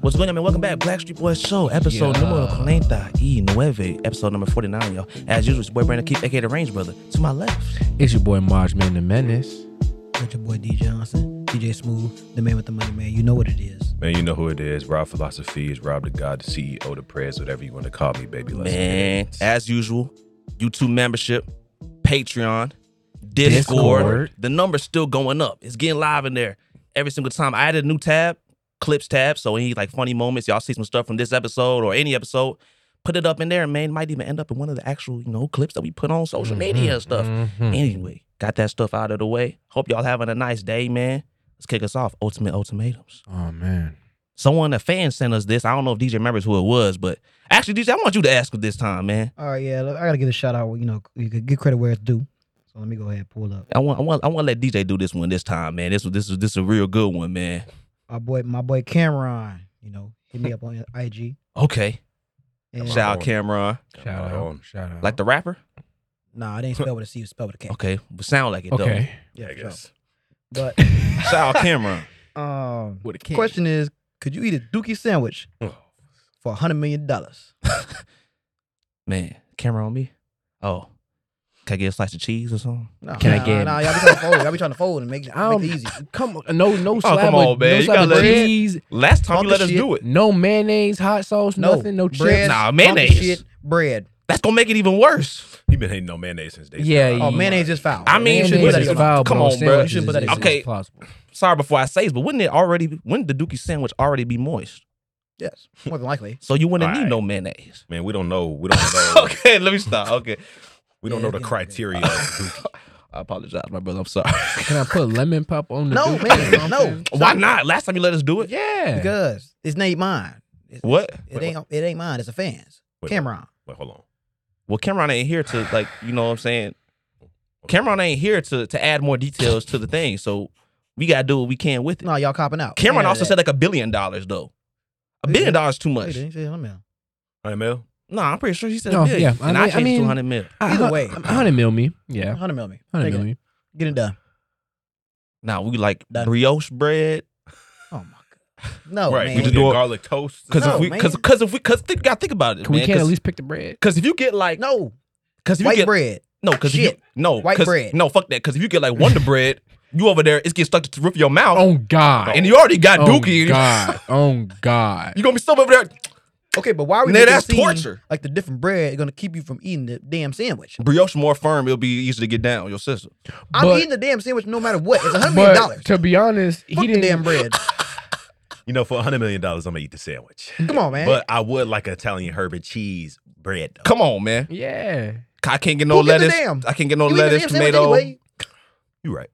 What's going on, man? Welcome back, Black Street Boys Show, episode Yeah. numero 49, episode number 49, y'all. As usual, it's your boy Brandon Keith, aka The Range Brother, to my left. It's your boy Marjman the Menace. With your boy D Johnson, DJ Smooth, the man with the money, man. You know what it is. Man, you know who it is. Rob Philosophy is Rob the God, the CEO, the prayers, whatever you want to call me, baby. Let's get Man, it. as usual, YouTube membership, Patreon, Discord. Discord. The number's still going up. It's getting live in there every single time. I added a new tab, clips tab. So any like funny moments, y'all see some stuff from this episode or any episode, put it up in there, man. It might even end up in one of the actual, you know, clips that we put on social media and stuff. Mm. Mhm. Anyway, got that stuff out of the way. Hope y'all having a nice day, man. Let's kick us off. Ultimate ultimatums Oh man. someone a fan sent us this. I don't know if DJ remembers who it was, but actually, DJ, I want you to ask it this time, man. All right, yeah. Look, I gotta give a shout out. You know, you could get credit where it's due. So let me go ahead and pull up. I want, I want, I want to let DJ do this one this time, man. This was, this was, this is a real good one, man. Our boy, my boy Cameron. You know, hit me up on IG. Okay, And, uh, shout out Cameron, Shout out. on. Shout out. like the rapper. Nah, it ain't spelled with a C. It's spelled with a K. Okay, but sound like it okay. Yeah, I for sure. guess. But though. Shout out Cameron. um, With a K. question is, could you eat a Dookie sandwich Oh. for a hundred million dollars? man, Cameron on me. Oh, can I get a slice of cheese or something? No, Can I nah, get- Nah, y'all be trying to fold. Y'all be trying to fold and make, I make it easy. Uh, Come on. No, no slab Oh, come of, on, man. no You slab gotta of let it- cheese. Last time Talk you the let us shit. do it, No mayonnaise, hot sauce, No nothing, no bread, chips. Nah, funky mayonnaise. Shit, bread. that's gonna make it even worse. He been hating on mayonnaise since day Yeah, started. Oh, yeah. mayonnaise is foul. I mean, you should Mayonnaise put Mayonnaise that is is on- foul, come but on, bro. sandwiches You shouldn't put is- that is- on- is Okay. plausible. Sorry before I say this, but wouldn't it already? Wouldn't the Dookie sandwich already be moist? Yes, more than likely. So you wouldn't All need right. no mayonnaise. Man, we don't know. We don't know. okay, let me stop. Okay, We don't Yeah, know the yeah. criteria. of Dookie. I apologize, my brother. I'm sorry. Can I put lemon pop on the No, Dookie man, or no. something? Why not? Last time you let us do it. Yeah. Because it's not mine. It's- What? It ain't it ain't mine. It's a fans. Wait, Cameron. Wait, hold on. Well, Cameron ain't here to like, you know what I'm saying? Cameron ain't here to to add more details to the thing. So we gotta do what we can with it. No, y'all copping out. Cameron Yeah, also that- said like a billion dollars though. A Wait, billion what? dollars is too Wait, much. didn't he say something else? All right, Mel. No, I'm pretty sure he said No, a billion. yeah, I and I mean- I changed mean- two hundred mil. Either Uh, way. hundred mil me. Yeah, 100 mil me. hundred Take mil it. me. Get it done. Now we like Done. brioche bread. Oh my god. No, Oh, right. man. We just do do a- garlic toast. Cause No, if we cause man. cause if we cause think gotta think about it. Can we man, can't at 'cause- least pick the bread. Cause if you get like no. cause if you White get bread. no cause if you Shit. no White 'cause- bread. no fuck that cause if you get like Wonder Bread you over there it's getting stuck to the roof of your mouth Oh God. and you already got oh, Dookie God. Oh God. You gonna be stuck over there? Okay, but why are we Now making that's it seem torture. Like the different bread is gonna keep you from eating the damn sandwich. Brioche more firm. It'll be easy to get down. Your sister. I'm But- eating the damn sandwich no matter what. It's a hundred million But dollars. to be honest, he Fuck the didn't. damn bread. You know, for $100 million, I'm going to eat the sandwich. Come on, man. But I would like an Italian herb and cheese bread. though. Come on, man. Yeah. I can't get no Who gives a lettuce. damn? I can't get no You eat the lettuce, damn sandwich tomato. anyway. You right.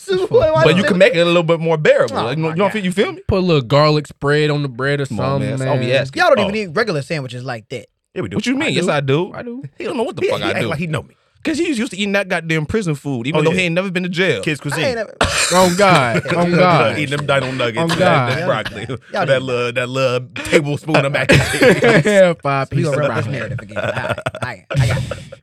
So why- why But the you can sandwich- make it a little bit more bearable. Oh, Like, you know, my you don't God. feel you feel me? Put a little garlic spread on the bread or Come on, something. man. That's all we man. asking. Y'all don't Oh. even eat regular sandwiches like that. Yeah, we do. What you mean? yes, do. I do. I do. He don't know what the Yeah, fuck he I act do. like he know me. Cause he was used to eating that goddamn prison food, even Oh, though yeah. he ain't never been to jail. Kids I ain't cuisine. never- Oh God. You Oh know, Uh, God. eating them dino nuggets, Oh, and God. that, that broccoli, Y'all that do. little that little tablespoon of mac and cheese. yeah, five We pieces. gonna of run out broccoli. this narrative again. All right, all right, I got it.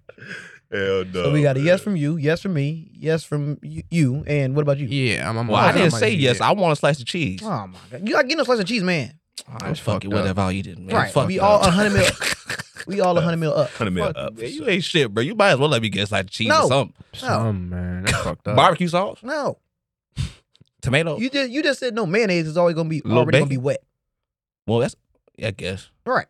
Hell no. So we got a man. yes from you, yes from me, yes from y- you, and what about you? Yeah, I'm. I'm Well, I'm- I didn't I'm- say yes. yeah. I want a slice of cheese. Oh my god, you like getting a slice of cheese, man? All right, that's fuck fucked it, up. whatever. I'll eat it, man. right, Fuck we it. all a hundred mil. We all a hundred mil up. Hundred mil Fuck up. you, man. You ain't shit, bro. You might as well let me get a slice of cheese No. or something. No, Some, man, that's fucked up. Barbecue sauce, no, tomato. you just you just said no mayonnaise is always gonna be Little already bacon. gonna be wet. well, that's I guess All right,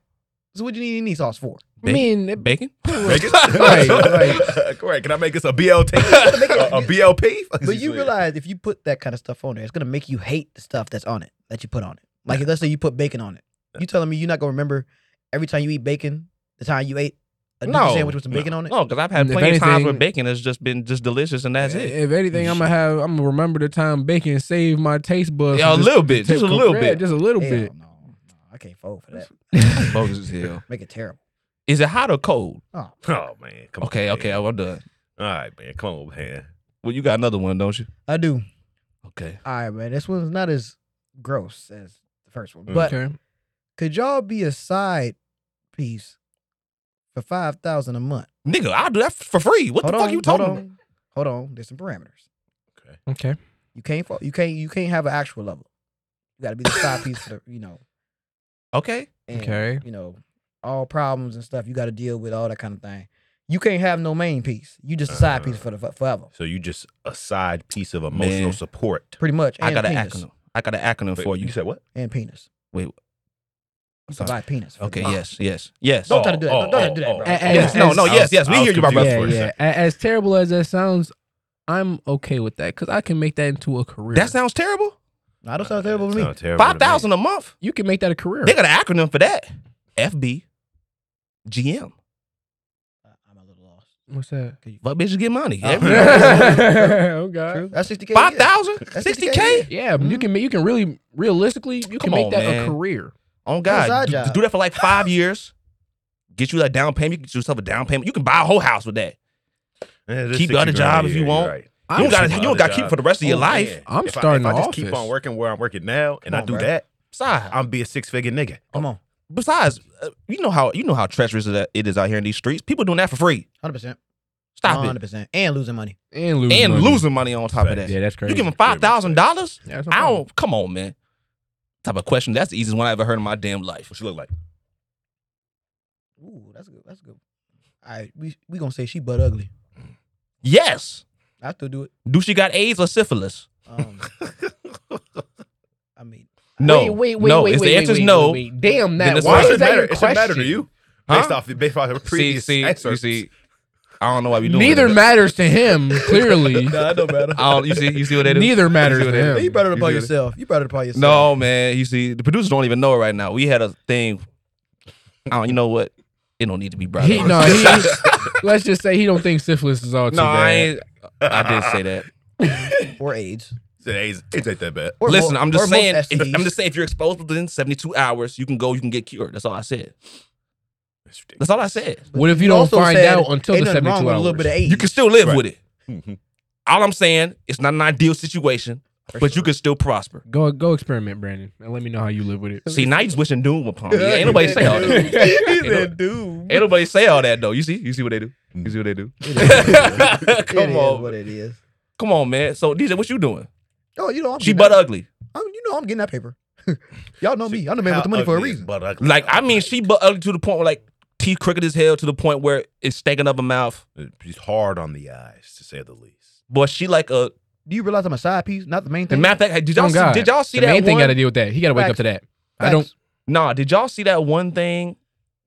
so what you need any sauce for? I mean, it- bacon. Make it- Right, right. Correct. Can I make this a BLT? Make it- a, a BLP? Fuck is But he you saying? realize if you put that kind of stuff on there, it's gonna make you hate the stuff that's on it that you put on it. Like let's say you put bacon on it, you telling me you're not gonna remember every time you eat bacon the time you ate a dookie No, sandwich with some bacon on it? No, because I've had If plenty of times where anything- bacon has just been just delicious, and that's it. if anything, I'm gonna have. I'm gonna remember the time bacon saved my taste buds. Yeah, a from just- little bit, just a little Yeah, bit. just a little Hell bit. no, no, I can't fold for that. Bogus as hell. Make it terrible. Is it hot or cold? Oh, Oh man. Come Okay, on, okay, Man. well, I'm done. All right, man. Come on, man. Well, you got another one, don't you? I do. Okay. All right, man. This one's not as gross as the first one, but okay. could y'all be a side piece for five thousand a month? Nigga, I'll do that f- for free. What the Hold fuck on, you talking hold about? on, Hold on. There's some parameters. Okay. Okay. You can't. fo- You can't. You can't have an actual level. You got to be the side piece for the. You know, Okay. And, Okay. You know, all problems and stuff you got to deal with, all that kind of thing. You can't have no main piece. You just a side piece for the forever, So you just a side piece of emotional Man. support. pretty much. And I got an penis. acronym. I got an acronym for you. said what? And penis. Wait. You sorry. provide penis. Oh. for Okay. them. Yes. Yes. Yes. Don't try to do that. Don't Oh, try to oh, do that, oh, bro. oh, Eh, eh, yes. eh, No. No. I was- Yes. Yes. We I was hear you, my confused brother. for a Yeah, second. yeah. A- As terrible as that sounds, I'm okay with that because I can make that into a career. That sounds terrible. I don't sound terrible to me. Sound terrible to me. Five thousand a month. you can make that a career. They got an acronym for that. FB, GM. I'm a little lost. What's that? Fuck bitches get money. Uh-huh. Oh. Every- oh God. That's 60K. Five yeah. thousand? That's 60 60K. k? Yeah, you can. ma- You can really, realistically, you Come can make on, that man. a career. Oh That's our God, do, job. do that for like five years. Get you a down payment. You can get yourself a down payment. You can buy a whole house with that. Yeah, this Keep the 60 other grand, job if yeah, you you're want. right. You don't I'm- got. You don't got to keep it for the rest of your Oh, life. yeah. I'm If I- starting If I, the just keep office. on working where I'm working now, and Come I on, do bruh. that, Besides, I'm be a six figure nigga. Come on. Uh, besides, uh, you know how you know how treacherous it it is out here in these streets. People doing that for free. 100%. Stop 100%. And losing money. and losing. it and money. losing money on top of that. Yeah, that's crazy. You give them five thousand dollars? Yeah, that's no I problem. don't. Come on, man. Type of question. That's the easiest one I ever heard in my damn life. What you look like? Ooh, that's good. That's good. All right, we we gonna say she butt ugly. Yes. I still do it. Do she got AIDS or syphilis? Um, I mean, No. Wait, wait, wait, no. wait, if wait, the answer's wait, no, wait, wait. Damn then that. it's Why fine. is it that matter? your It's a matter to question? you Huh? based off the based off the previous see, excerpts. you see, I don't know why we doing. Neither this. matters to him. Clearly, nah, it don't matter. I don't- You see, you see what they do. neither matters You see what they to do? you him. brought it You upon good? yourself. You brought it upon yourself. No, man. You see, the producers don't even know it right now. We had a thing. I don't. You know what? It don't need to be brought He, up. no, he, let's just say he don't think syphilis is all too no, I bad. ain't. I did say that. or AIDS. Today's it ain't that bad. Or Listen, mo- I'm or just most saying. If, STDs. I'm just saying, if you're exposed within 72 hours, you can go. You can get cured. That's all I said. It's ridiculous. That's all I said. What if you don't also find said out until ain't the nothing seventy-two hours? wrong with a little bit of AIDS. You can still live Right. with it. Mhm. All I'm saying, it's not an ideal situation, but you can still prosper. Go go experiment, Brandon, and let me know how you live with it. See, now you just wishing doom upon me. Ain't nobody say all that. He You know- said, dude. Ain't nobody say all that though. You see, you see what they do. You see what they do. It is. Come It is on. what it is. Come on, man. So DJ, what you doing? Oh, you know I'm She getting butt that- ugly. I'm, you know I'm getting that paper. Y'all know me. I'm the man How with the money for a ugly is reason. butt ugly? Like I mean, she butt ugly to the point where like teeth crooked as hell to the point where it's stinking up her mouth. she's hard on the eyes to say the least. Boy, she like a. Do you realize I'm a side piece, not the main And thing? matter of fact, did y'all Oh, see, God. did y'all see the that main thing one? got to deal with that. He got to wake up Facts. to that. I don't. Facts. Nah, did y'all see that one thing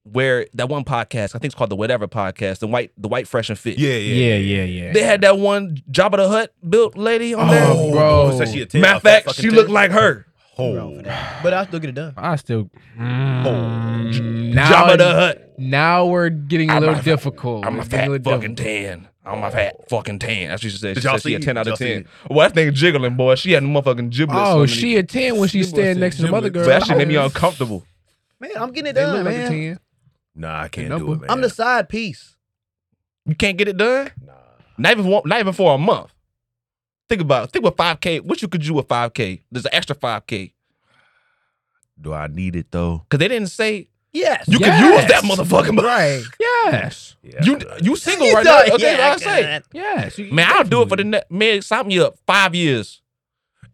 where that one podcast? I think it's called the Whatever Podcast. The white, the white fresh and fit. Yeah, yeah, yeah. They had that one Jabba the Hut built lady on Oh, there. Bro. bro. she a tail Matter of off that fact, fucking she tail. looked like her. Wrong Oh, for that. But I still get it done. I still. Mm, Jabba the now, Hut. now we're getting a I'm little a- difficult. I'm We're a getting fat little fucking difficult. ten. I'm a fat fucking ten. That's what she said. She Did y'all said she a see- ten out of did y'all see ten. Well, that thing jiggling, boy. She had motherfucking giblets. on Oh, the- she a ten when she She was stand a next to the mother gymlet. girl. But that shit made me uncomfortable. Man, I'm getting it They look done, like a man. ten. Nah, I can't No, do it, man. I'm the side piece. You can't get it done. Nah. Not even one, not even for a month. Think about it. think with five k. What you could do with five k? There's an extra five k Do I need it though? because they didn't say Yes. you Yes. can use that motherfucking. money. Right. Yes, Yeah. You you single right now? Okay, Yeah, I say. yes. You- Man, I'll do it for the definitely. next. Man, sign me up five years.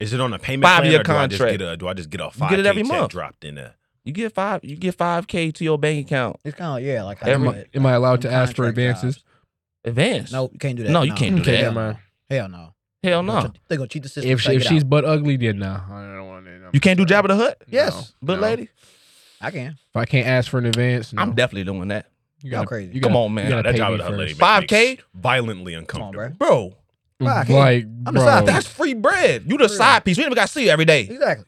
Is it on a payment Five plan, year or do I just contract. get a- Do I just get a You five get it every K check month. dropped in there? You get five. You get five k to your bank account. It's kind of yeah, like I Am do I- it. am I allowed to Them ask for contract advances? jobs. Advance. No, you can't do that. No, you can't do Okay, that. never mind. Hell no. hell They're no. gonna- They're gonna cheat the system. If, she, Take if it she's out. butt ugly, then no, I don't want it. I'm You can't do sorry. Jabba the Hut. yes, But No. lady, I can. If I can't ask for an advance, no. I'm definitely doing that. You Y'all gotta, crazy. You gotta, Come on, man. You gotta That pay job me with a lady first. makes me 5K? violently Come on, uncomfortable. bro. Bro, Bro, I can't- Like, I'm the bro, side that's free bread. You the Really? side piece. We never got to see you every day. Exactly.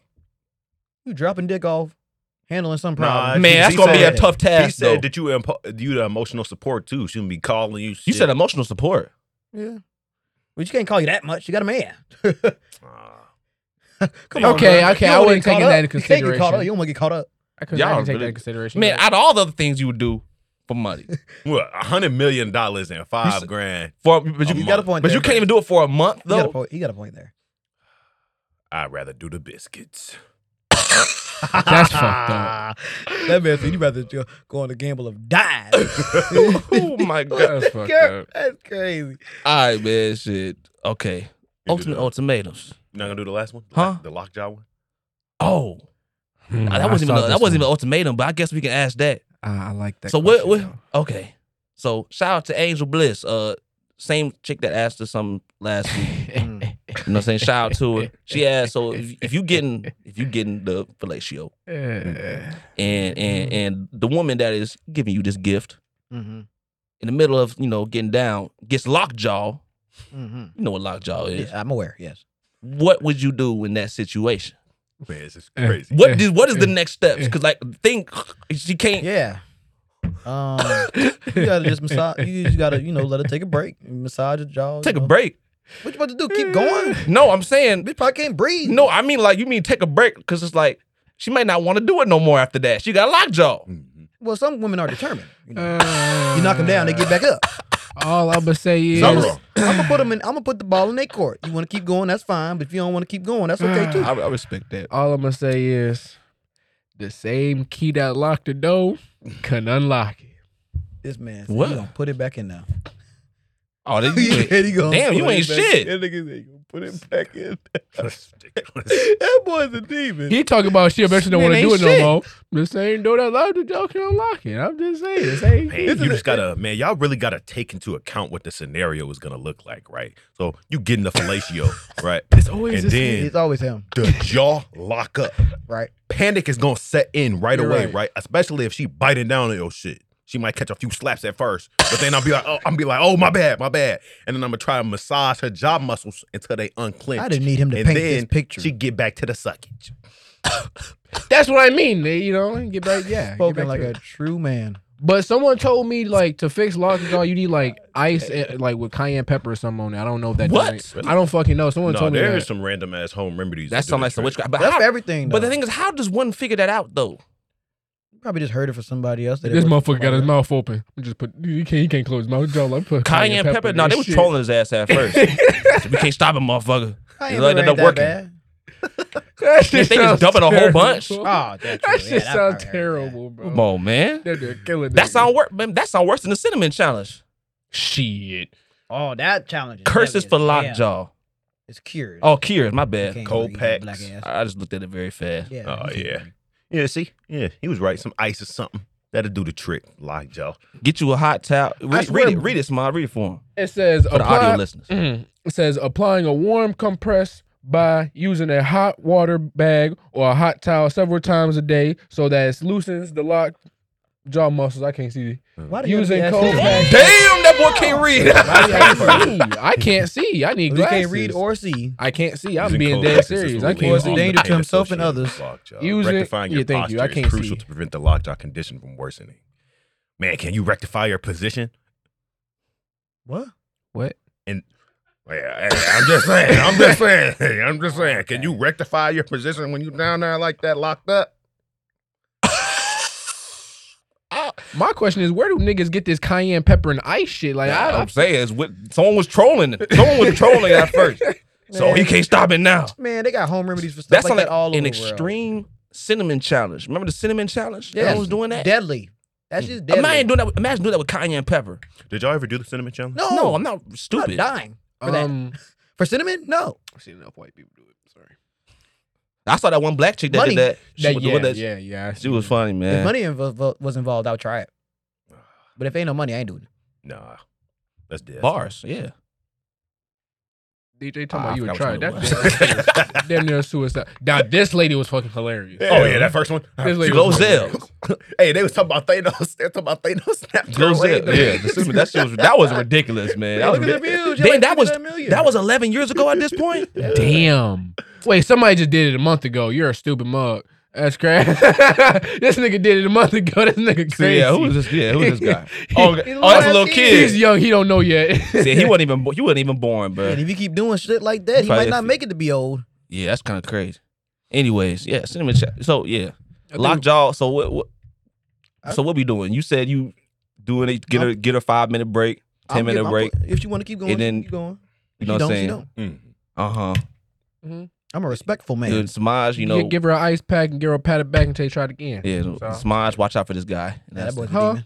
You dropping dick off, handling some Nah, problem. he- Man, that's he gonna be a said- tough He task. said though. that you impo- you the emotional support too. She gonna be calling you. you shit. said emotional support. Yeah. But you can't call you that much. You got a man. Ah. Come on. Okay, okay, I bro. You don't wanna wasn't get taking caught that up. into You can't get caught up. consideration. You don't want to get caught up. I couldn't, Y'all I didn't take really- that into consideration. Man, out of all the other things you would do for money, What, a hundred million dollars and You five said- grand. for but Oh you, A you month. got a point. But you can't even do it for a month He got a though. point. He got a point there. I'd rather do the biscuits. That's fucked up. That man said you rather go go on the gamble of dying. oh my god! That's fucked up. That's crazy. All right, man. Shit. Okay. You Ultimate do that. ultimatums. You not gonna do the last one, Huh? The lockjaw one. Oh, Hmm, Nah, I that wasn't saw even a, that this wasn't even an one. ultimatum, but I guess we can ask that. Ah, I like that. so what, what? question, Okay. So shout out to Angel Bliss. Uh, same chick that asked us something last week. though. You know what I'm saying? Shout out to her. She asked, so if, if you getting if you getting the fellatio Yeah. and and Mm-hmm. and the woman that is giving you this gift Mm-hmm. in the middle of you know getting down gets lockjaw. Mm-hmm. You know what lockjaw is. I'm aware. Yes. What would you do in that situation? Man, this is Eh. crazy. What did what is the next steps? Because like think she can't. Yeah. Um, you gotta just massage. You just gotta, you know, let her take a break, massage her jaw. Take you a know. break. What you about to do? Keep going. No, I'm saying Bitch probably can't breathe. no. I mean like you mean take a break because it's like she might not want to do it no more after that. She got lockjaw. Mhm. Well, some women are determined. You, know. Uh, you knock them down, they get back up. All I'm gonna say is, Something wrong. I'm gonna put them in. I'm gonna put the ball in their court. You want to keep going, that's fine. But if you don't want to keep going, that's okay too. I- respect that. all I'm gonna say is, the same key that locked the door can unlock it. This man, said, What? You gonna put it back in now? Oh, they, you, said he gonna Damn, put you it ain't back- shit. That nigga said he gonna put it back in. That's ridiculous. that boy's a demon. He talking about shit, but you don't want to Man, do it ain't no shit. more. The same door that locked the door can unlock it. I'm just saying, the same. Man, you just gotta, man, y'all really gotta take into account what the scenario is gonna look like, right? So you getting the fellatio, right? It's always And this- then it's always him, the jaw lock up. right? Panic is gonna set in right You're away, right. right. Especially if she biting down on your shit. She might catch a few slaps at first, but then I'll be like, oh, I'm be like, oh my bad, my bad, and then I'm gonna try to massage her jaw muscles until they unclench. I didn't need him to and paint then this picture. she get back to the suckage. That's what I mean. You know, and get back. Yeah, get Spoken back like to a it. true man. But someone told me like to fix locked the door, you need like ice, and, like with cayenne pepper or something on it. I don't know if that. does What? anything. I don't fucking know. Someone No, told me there that. is some random ass home remedies. That's that something do like the some trick. witchcraft. But, That's how, for everything. but the though. thing is, how does one figure that out though? You probably just heard it from somebody else. That it This worked for motherfucker got his somebody mouth open. We just put he can't he can't close his mouth. Joe, like put Cayenne, pepper? No, they was trolling his ass at first. we can't stop him, motherfucker. else. I ain't It's like really that ain't working. bad. If they just dumping a whole bunch. Oh, that's That true. shit Yeah, sounds probably heard terrible, bro. Come on, man. That dude killing. That niggas. sound worse. That sound worse than the cinnamon challenge. shit. that. Oh, that challenge. is Curses heavy for as hell. lockjaw. It's cured. Oh, Kira, my You bad. can't Cold really eat packs. Black ass. I I just looked at it very fast. Yeah. Oh yeah, yeah. See, yeah, he was right. Some ice or something that'll do the trick. Lock jaw. Get you a hot towel. Read, swear- read it. Read it, smile. Read it for him. It says For the apply- audio listeners. Mm. It says applying a warm compress by using a hot water bag or a hot towel several times a day so that it loosens the locked jaw muscles. I can't see. Why do you Using have to cold ask packs. me? Damn, that boy can't read. Why do you have to ask me? Ooh, I can't see. I need Well, You glasses. can't read or see. I can't see. I'm Using being cold dead practice is serious. the I lead can't It's a see. on the danger to pain himself and associated with others. lockjaw. Use it- Rectifying yeah, your thank you. posture I is can't crucial see. to prevent the lockjaw condition from worsening. Man, can you rectify your position? What? What? Yeah, hey, I'm just saying. I'm just saying. Hey, I'm just saying. Can you rectify your position when you down there like that, locked up? My question is, where do niggas get this cayenne pepper and ice shit? Like, I, I'm saying is what someone was trolling. it. Someone was trolling it at first. So he can't stop it now. Man, they got home remedies for stuff That's like like, that all over an the world. extreme cinnamon challenge. Remember the cinnamon challenge? Yes. Yeah, was doing that. Deadly. That's just deadly. Imagine doing that. With, imagine doing that with cayenne pepper. Did y'all ever do the cinnamon challenge? no, No, I'm not not stupid. dying for that. um, For cinnamon? No. I've seen enough white people do it. Sorry. I saw that one black chick that Money. did that. She That, was yeah, doing that. yeah, yeah, I She see was that. funny, man. If money invo- was involved, I would try it. But if ain't no money, I ain't doing it. Nah, that's dead. Bars, yeah. DJ Ah, talking I about you forgot would try which it. That one it damn near- damn near suicide. Now this lady was fucking hilarious. Oh yeah, that first one. This lady was hilarious. Glozell. Hey, they was talking about Thanos. They was talking about Thanos. snapped her away. Glozell. Yeah. the cinnamon- that, shit was, that was ridiculous, man. That was, Look at the views. Damn, that was that was 11 years ago at this point. Damn. Wait, somebody just did it a month ago. You're a stupid mug. That's crazy. this nigga did it a month ago. This nigga crazy. Yeah, who was this? Yeah, who was this guy? Oh, He- oh, that's a little He's kid. young. He don't know yet. See, he wasn't even bo- he wasn't even born, And bro. if you keep doing shit like that, he Probably might not if- make it to be old. Yeah, that's kind of crazy. Anyways, yeah, cinnamon. Ch- so yeah, think- lockjaw. So what? what so what we doing? You said you doing it. Get a get a five minute break, I'll ten give- minute I'll break. put- If you want to keep going, And then- keep going. You If know what I'm don't, she saying? don't. Mm. Uh huh. I'm a respectful man. Good Samaj, you You know. give her an ice pack and give her a pat it back until you try it again. Yeah, So- Samaj, watch out for this guy. And Nah, that that's- boy's a Huh? demon.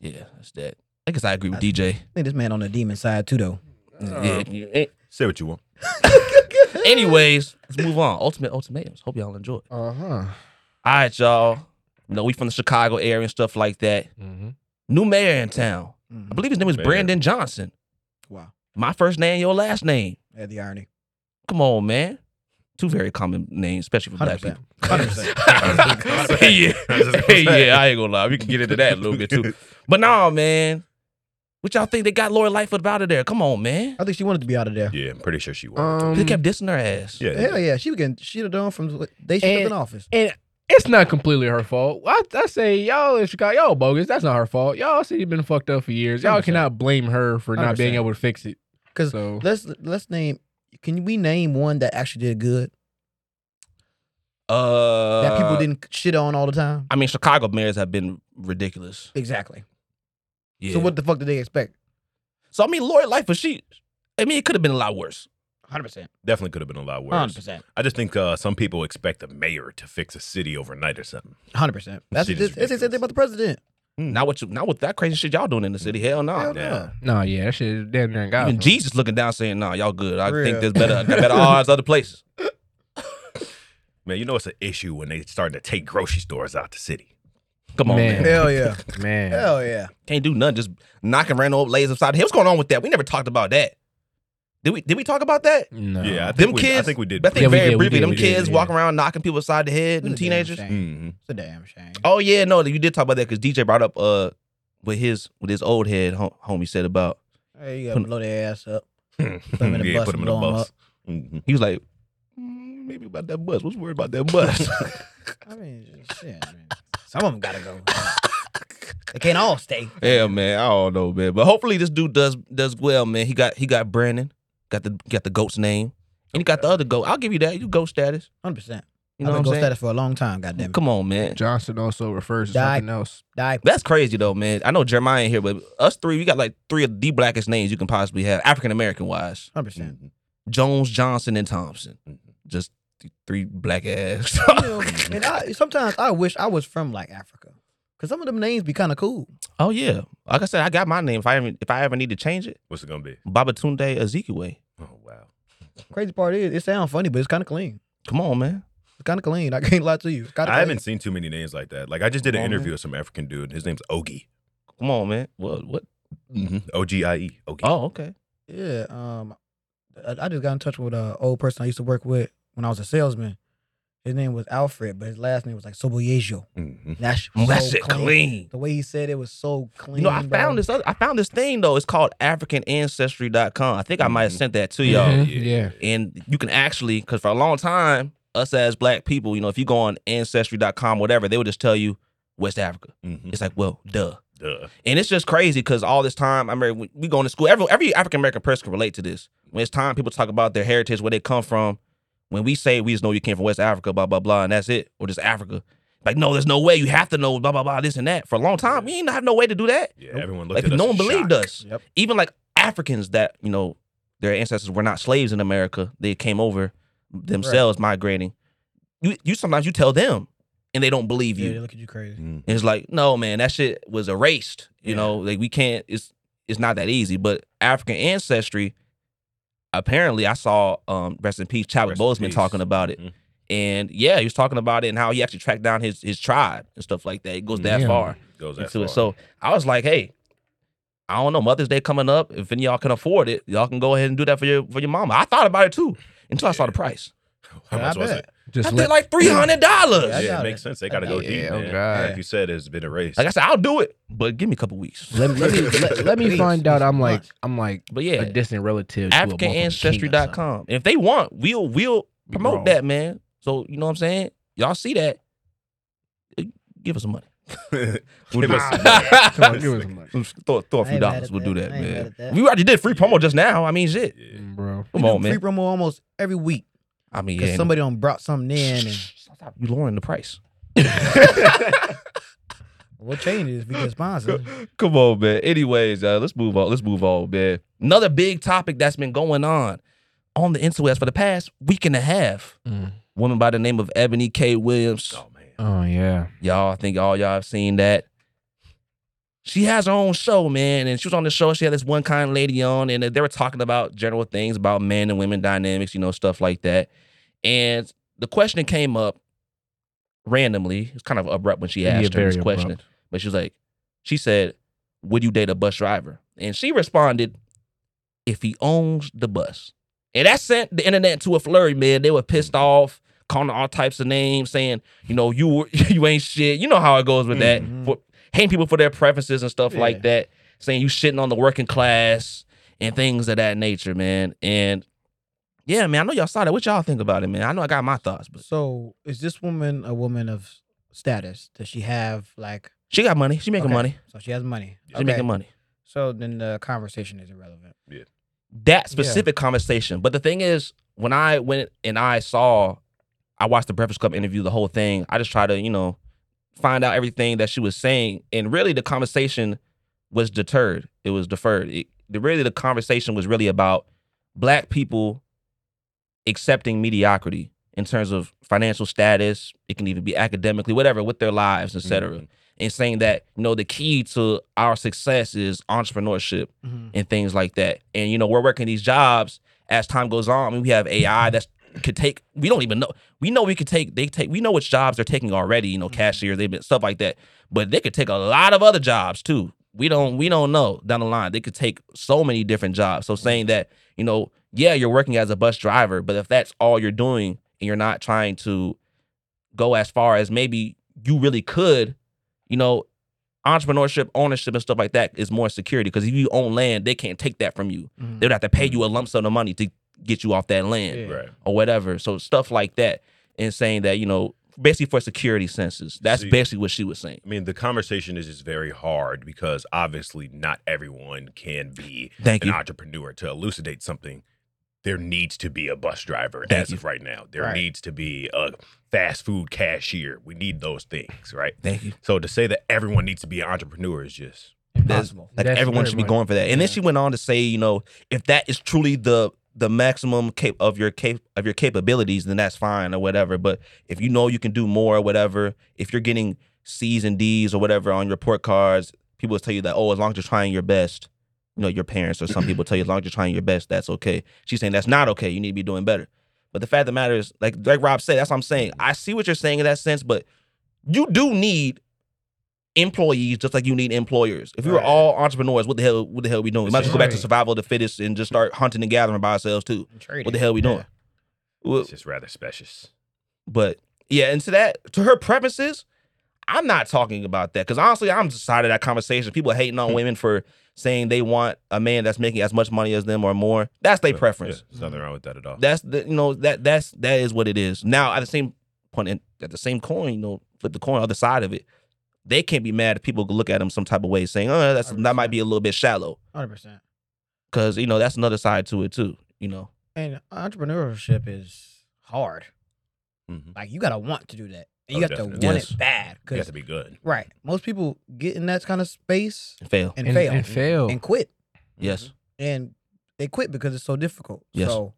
yeah, that's that. I guess I agree with DJ. I think this man on the demon side too, though. Uh. Yeah. you- Say what you want. Anyways, let's move on. Ultimate ultimatums. Hope y'all enjoy. Uh huh. All right, y'all. You know, we from the Chicago area and stuff like that. Mhm. New mayor in town. I Mm. believe his name is Mayor. Brandon Johnson. Wow. My first name, your last name. Yeah, the irony. Come on, man. Two very common names, especially for black 100%. people. 100%. yeah. yeah, I ain't gonna lie. We can get into that a little bit too. But no, man. What y'all think they got Lori Lightfoot out of there? Come on, man. I think she wanted to be out of there. Yeah, I'm pretty sure she was. Um, They kept dissing her ass. yeah, Hell yeah, she was getting shit done from the day she took And- in office. and it's not completely her fault. I, I say y'all in Chicago, y'all bogus. That's not her fault. Y'all city been fucked up for years. Y'all 100%. cannot blame her for not being 100%. able to fix it. 'Cause so Let's let's name. Can we name one that actually did good Uh, that people didn't shit on all the time? I mean, Chicago mayors have been ridiculous. Exactly. Yeah. So what the fuck did they expect? So I mean, Lori Lightfoot, she. I mean, it could have been a lot worse. Hundred percent. definitely could have been a lot worse. Hundred percent. I just think uh, some people expect a mayor to fix a city overnight or something. Hundred percent. That's Shit that's that's is the same ridiculous. thing about the president. Hmm. Not what you. Not with that crazy shit y'all doing in the city. Hell no. Hell yeah. no. no, yeah, that shit is damn near God. Even Jesus looking down saying, "Nah, y'all good. I Real. think there's better I got better odds other places." Man, you know it's an issue when they starting to take grocery stores out the city. Come on, man. Man. Hell yeah. man, Hell yeah. Can't do nothing. Just knocking random old ladies upside the head. What's going on with that? We never talked about that. Did we? Did we talk about that? no. Yeah, I think Them we, I kids- think we did. I think Yeah, we very did, we briefly, did, them we did, kids yeah. walking around knocking people upside the head, them It's a damn teenagers. shame. Mhm. It's a damn shame. Mm. Oh yeah, no, you did talk about that because DJ brought up uh with his with his old head hom- homie said about Hey, you gotta blow their ass up. them in a yeah, bus put them and in a blow 'em bus. up. Mhm. he was like "Mm, maybe about that bus. What's worried about that bus? I mean, shit. Man. Some of them gotta go. they can't all stay. yeah, man, I don't know, man. But hopefully this dude does does well, man. He got he got Brandon, got the got the goat's name, and he got the other goat. I'll give you that. You goat status. Hundred percent. You know I've been what I'm ghost saying? status for a long time. Goddamn. Come on, man. Johnson also refers to Die. something else. Die. That's crazy though, man. I know Jeremiah ain't here, but us three, we got like three of the blackest names you can possibly have, African American wise. Hundred percent. Mhm. Jones, Johnson, and Thompson. Mhm. Mm-hmm. Just th- three black ass. You know, and I, sometimes I wish I was from like Africa, cause some of them names be kind of cool. oh yeah, like I said, I got my name. If I ever if I ever need to change it, What's it gonna be? Babatunde Ezekiel. Oh wow. Crazy part is, it sounds funny, but it's kind of clean. Come on, man. It's kind of clean. I can't lie to you. It's kinda I clean. haven't seen too many names like that. Like I just did an Come on, interview man. with some African dude. His name's Ogie. Come on, man. What? What? O G I E. Ogie. Mm-hmm. Oh, okay. Yeah. Um, I, I just got in touch with an old person I used to work with when I was a salesman. His name was Alfred, but his last name was like Soboyejo. Mhm. That's that so shit clean. The way he said it was so clean. You know, I bro. found this. Other, I found this thing though. It's called AfricanAncestry.com. I think I might have Mhm. sent that to y'all. Mm-hmm. Mhm, yeah. yeah. and you can actually because for a long time us as black people you know if you go on ancestry.com whatever they would just tell you west africa Mhm. it's like well duh Duh. and it's just crazy because all this time i remember we, we going to school every, every african american person can relate to this when it's time people talk about their heritage where they come from when we say we just know you came from west africa blah blah blah and that's it or just africa like no there's no way you have to know blah blah blah this and that for a long time we ain't have no way to do that Yeah. Everyone looked like at us. no one believed shocked. us Yep. even like Africans that you know their ancestors were not slaves in America. They came over themselves migrating. You you sometimes you tell them and they don't believe Yeah, you. they look at you crazy. Mhm. And it's like no man, that shit was erased. You Yeah. know, like we can't. It's it's not that easy. But African ancestry, apparently, I saw um, rest in peace Chadwick Rest in Boseman peace. talking about it. Mhm. And yeah, he was talking about it and how he actually tracked down his his tribe and stuff like that. It goes that Damn. far Goes that into it. far. So I was like, hey, I don't know, Mother's Day coming up. If any of y'all can afford it, y'all can go ahead and do that for your for your mama. I thought about it too until I saw the price. how Yeah, much I was bet. it? Just I let- did like three hundred dollars. Yeah, I Yeah, got it it. makes sense. They gotta go Yeah, deep, oh, man. God. Like you said, it's been erased. Like I said, I'll do it, but give me a couple weeks. let, let me let, let me Please, find out. please, I'm like lunch. I'm like But a yeah, distant relative. to a motherfucking king or something. AfricanAncestry.com. And if they want, we'll we'll promote Bro. that, man. So you know what I'm saying? Y'all see that? eh, Give us some money. We'll Give do us it. some money. Come on, give us some money, Let's throw, throw a I few ain't mad dollars. at We'll do that. that, I ain't mad man. at that. We already did free promo just now. I mean, shit. Yeah. Mm, bro. Come We do on, man. Free promo almost every week I mean, because yeah. somebody done brought something in and you lowering the price. we'll change it if we get sponsored. Come on, man. Anyways, uh, let's move on. Let's move on, man. Another big topic that's been going on on the interwebs for the past week and a half. Mm. Woman by the name of Ebony K. Williams. Oh man. Oh yeah. Y'all, I think all y'all have seen that. She has her own show, man. And she was on the show. She had this one kind lady on, and they were talking about general things about men and women dynamics, you know, stuff like that. And the question came up randomly. It was kind of abrupt when she Yeah, asked her very this question. abrupt. But she was like, she said, Would you date a bus driver? And she responded, If he owns the bus. And that sent the internet to a flurry, man. They were pissed Mm. off, calling her all types of names, saying, you know, you were- you ain't shit. You know how it goes with that. Mhm. For, hating people for their preferences and stuff Yeah. like that, saying you shitting on the working class and things of that nature, man. And yeah, man, I know y'all saw that. What y'all think about it, man? I know I got my thoughts, but So is this woman a woman of status? Does she have like she got money. She making okay, money. So she has money. She okay. making money. So then the conversation is irrelevant. that specific conversation. But the thing is, when I went and I saw, I watched the Breakfast Club interview, the whole thing. I just tried to, you know, find out everything that she was saying, and really the conversation was deterred. It was deferred. It, the, really, the conversation was really about black people accepting mediocrity in terms of financial status. It can even be academically, whatever, with their lives, Mm-hmm. et cetera. And saying that, you know, the key to our success is entrepreneurship and things like that. And you know, we're working these jobs as time goes on. I mean, we have AI that's could take. We don't even know. We know we could take. They take. We know which jobs they're taking already. You know, Mhm. cashiers, they've been stuff like that. But they could take a lot of other jobs too. We don't. We don't know down the line. They could take so many different jobs. So saying that, you know, yeah, you're working as a bus driver, but if that's all you're doing and you're not trying to go as far as maybe you really could, you know, entrepreneurship, ownership, and stuff like that is more security because if you own land, they can't take that from you. Mm-hmm. They would have to pay you a lump sum of money to get you off that land Yeah. Right. or whatever. So stuff like that, and saying that you know basically for security senses, that's See. basically what she was saying. I mean, the conversation is just very hard because obviously not everyone can be Thank an you. entrepreneur. To elucidate something, there needs to be a bus driver Thank as you. of right now. There Right. needs to be a fast food cashier. We need those things, right? Thank you. So to say that everyone needs to be an entrepreneur is just Impossible. Like That's everyone very should be much- going for that. And then yeah. she went on to say, you know, if that is truly the the maximum cap- of your cap- of your capabilities, then that's fine or whatever. But if you know you can do more or whatever, if you're getting C's and D's or whatever on your report cards, people will tell you that, oh, as long as you're trying your best, you know, your parents or some people tell you as long as you're trying your best, that's okay. She's saying that's not okay. You need to be doing better. But the fact of the matter is, like like Rob said, that's what I'm saying. I see what you're saying in that sense, but you do need employees just like you need employers. If we were Right. all entrepreneurs, what the hell what the hell we doing? We might as well go back to Right. survival of the fittest and just start hunting and gathering by ourselves too. What the hell we doing? Well, it's just rather specious. but yeah, and to that, to her preferences, I'm not talking about that because honestly, I'm just tired of that conversation. People hating on women for saying they want a man that's making as much money as them or more. That's their So, preference. yeah, there's nothing wrong with that at all. That's the you know that that's that is what it is. Now at the same point, and at the same coin, you know, flip the coin, other side of it, they can't be mad if people look at them some type of way, saying, "Oh, that's that might be a little bit shallow," Hundred percent. because you know that's another side to it too. You know, And entrepreneurship is hard. Mhm. Like you gotta want to do that. And you Oh, got to want definitely. Yes. it bad. You have Cause to be good. right, most people get in that kind of space fail. and, And- fail and fail. and quit. Yes, and they quit because it's so difficult. Yes. So,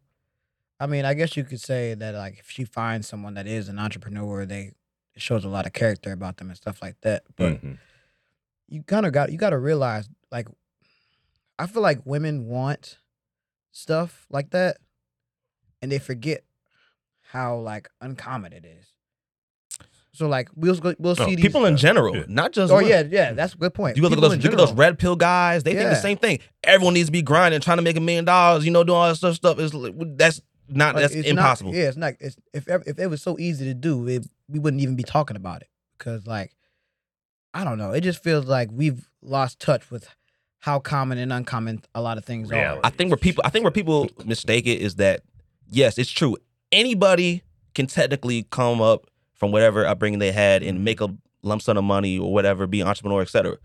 I mean, I guess you could say that like if she finds someone that is an entrepreneur, they it shows a lot of character about them and stuff like that. But Mm. Mhm. you kind of got you got to realize like I feel like women want stuff like that, and they forget how like uncommon it is. So like we'll go- we'll see Oh, these Mm-hmm. people in general, Yeah. not just. Oh women. yeah, yeah, that's a good point. You look at People those, in look at those general. red pill guys. They think Yeah. the same thing. Everyone needs to be grinding, trying to make a million dollars. You know, doing all that stuff. Stuff is that's not Like, that's it's impossible. Not, yeah, it's not. It's, if ev- if it was so easy to do, it, we wouldn't even be talking about it. Because like, I don't know. It just feels like we've lost touch with how common and uncommon a lot of things Reality. I think where people I think where people mistake it is that yes, it's true. Anybody can technically come up from whatever upbringing they had and make a lump sum of money or whatever, be an entrepreneur, etc.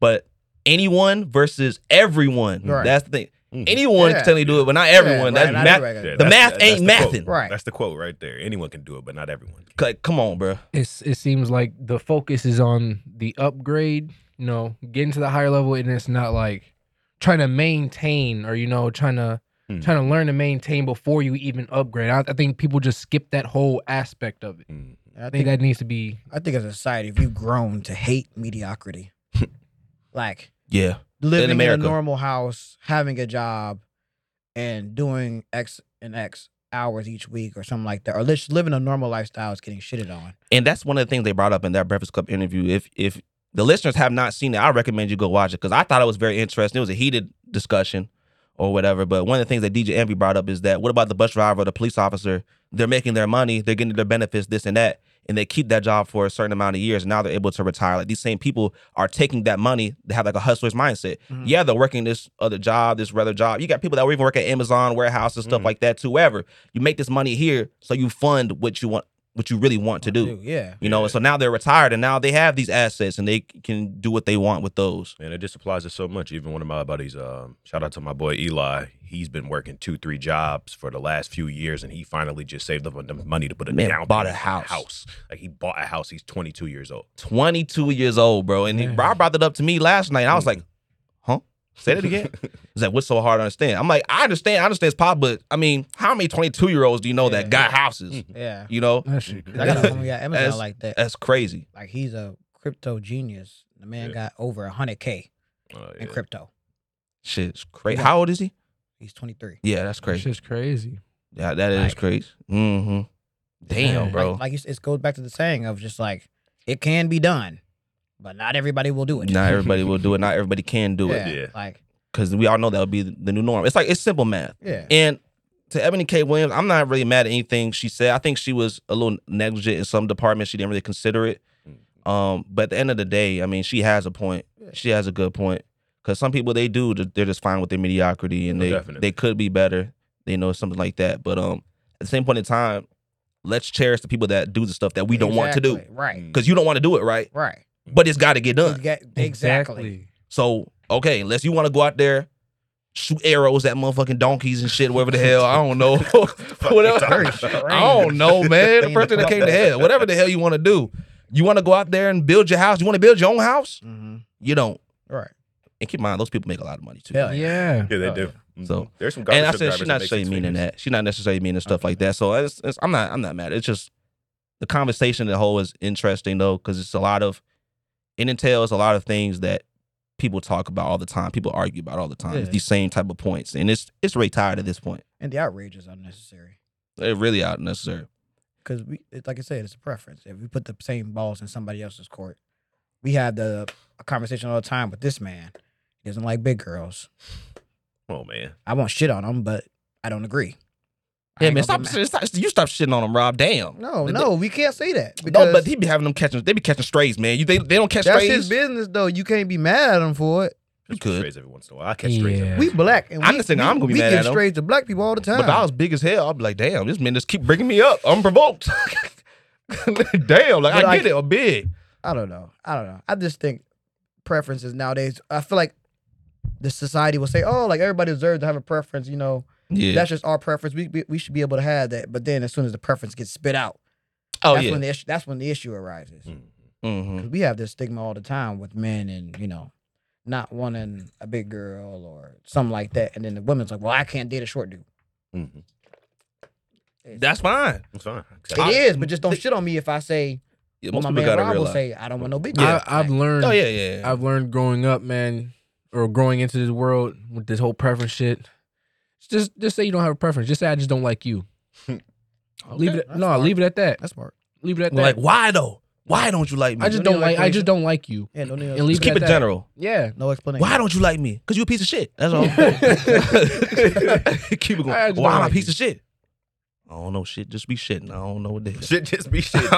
But anyone versus everyone. Right. That's the thing. Mhm. Anyone Yeah. can technically do it, but not are. everyone. Yeah, Mm-hmm. that's right, math. not everybody Yeah, got the it. math that's ain't the quote. mathing. Right. That's the quote right there. Anyone can do it, but not everyone. can. Like, come on, bro. it's it seems like the focus is on the upgrade, you know, getting to the higher level, and it's not like trying to maintain or you know trying to Hmm. trying to learn to maintain before you even upgrade. I, I think people just skip that whole aspect of it. Mhm. Mm-hmm. I I think think that needs to be I think as a society, we've grown to hate mediocrity. like Yeah. living in, a America. normal house, having a job, and doing X and X hours each week or something like that, or just living a normal lifestyle is getting shitted on. And that's one of the things they brought up in that Breakfast Club interview. If if the listeners have not seen it, I recommend you go watch it because I thought it was very interesting. It was a heated discussion or whatever. But one of the things that DJ Envy brought up is that what about the bus driver or the police officer? They're making their money, they're getting their benefits, this and that, and they keep that job for a certain amount of years. Now they're able to retire. Like these same people are taking that money to have like a hustler's mindset. Mhm. Yeah, they're working this other job, this other job. You got people that were even work at Amazon warehouse and stuff Mhm. like that too. Wherever you make this money here, so you fund what you want, what you really want to do. yeah. You know, Yeah. so now they're retired and now they have these assets and they can do what they want with those. Man, it just applies to so much. Even one of my buddies, um, shout out to my boy Eli. He's been working two, three jobs for the last few years, and he finally just saved up enough money to put a Man, down bought a payment on house. Like he bought a house. He's 22 years old. 22 years old, bro. And he, Yeah. bro, I brought that up to me last night. And I was Mhm. like, huh? Say that again? He's like, what's so hard to understand? I'm like, I understand. I understand it's pop, but I mean, how many 22 year olds do you know Yeah. that got houses? Mhm. Yeah. You know, That shit. Mm-hmm. I got a crazy. homie at That's- Amazon like that. that's crazy. Like he's a crypto genius. The man Yeah. got over hundred K Uh, in yeah. crypto. Shit's crazy. Yeah. How old is he? He's twenty three. Yeah, that's crazy. Shit's crazy. Yeah, that is Like- crazy. Mm-hmm. Damn, Yeah. bro. Like, like it's- it goes back to the saying of just like it can be done, but not everybody will do it. not everybody will do it. Not everybody can do it. yeah, yeah. Like Because we all know that would be the new norm. It's like, it's simple math. yeah. And to Ebony K. Williams, I'm not really mad at anything she said. I think she was a little negligent in some departments. She didn't really consider it. Mm-hmm. Um, but at the end of the day, I mean, she has a point. She has a good point. Because some people they do, they're just fine with their mediocrity, and Oh, they definitely. they could be better. They know something like that. But um, at the same point in time, let's cherish the people that do the stuff that we don't want to do. Exactly. Right. Because you don't want to do it, right? Right. Mm-hmm. But it's got to get done. Exa- Exactly. So okay, unless you want to go out there, shoot arrows at motherfucking donkeys and shit, whatever the hell, I don't know, Very whatever. I don't know, man. The person that came to hell, whatever the hell you want to do, you want to go out there and build your house. You want to build your own house? hmm You don't. Right. And keep in mind, those people make a lot of money too. Hell Yeah. Yeah, they Oh, do. Uh, Mm-hmm. So- there's some. And I garbage said truck she's drivers that not make necessarily six meaning figures. that. She's not necessarily meaning stuff like that. So it's, it's, I'm not. I'm not mad. It's just the conversation the whole is interesting though, because it's a lot of it entails a lot of things that people talk about all the time. People argue about all the time. It's Yeah. these same type of points, and it's it's really tired at this point. And the outrage is unnecessary They're really out necessary. because we, it, like I said, it's a preference. If we put the same balls in somebody else's court, we have the a conversation all the time. But this man he doesn't like big girls. Oh man, I won't shit on him, but I don't agree. I Yeah, ain't man. gonna Stop. be mad. stop- You stop shitting on them, Rob. Damn. No, But no, we can't say that. no, but he be having them catching. They be catching strays, man. You they, they don't catch that's strays. his business, though. You can't be mad at him for it. You Catch some could. strays every once in a while. I catch strays. Yeah. Every We black, and we, I'm just saying we, I'm gonna be we mad give at him. strays to black people all the time. But if I was big as hell, I'd be like, damn, this man just keep bringing me up unprovoked. damn, like I But I- get it, I'm big. I don't know. I don't know. I just think preferences nowadays. I feel like the society will say, "Oh, like everybody deserves to have a preference." You know, Yeah. that's just our preference. We, we we should be able to have that. But then, as soon as the preference gets spit out, oh that's yeah. when the issue, that's when the issue arises. Mm. hmm 'Cause we have this stigma all the time with men, and you know, not wanting a big girl or something like that. And then the women's like, "Well, I can't date a short dude." Mm-hmm. Mhm. That's fine. It's fine. It is, I- but just don't shit on me if I say, Yeah, well, most my people man gotta Rob will realize. say, I don't want no big girl. Yeah. I, I've learned. oh yeah, yeah. yeah. I've learned growing up, man, or growing into this world with this whole preference shit. Just, just say you don't have a preference. Just say I just don't like you. leave it. that's No, smart. leave it at that. That's smart. Leave it at that. like, why though? Why don't you like me? I just don't don't need like. I just explanation. don't like you. Yeah, no, no, And leave Just keep at it that. general. Yeah. no explanation. Why don't you like me? Because you a piece of shit. That's all. keep it going. I just Why am don't I a like piece you. of shit? I don't know shit. Just be shitting. I don't know what this. Shit just be shit.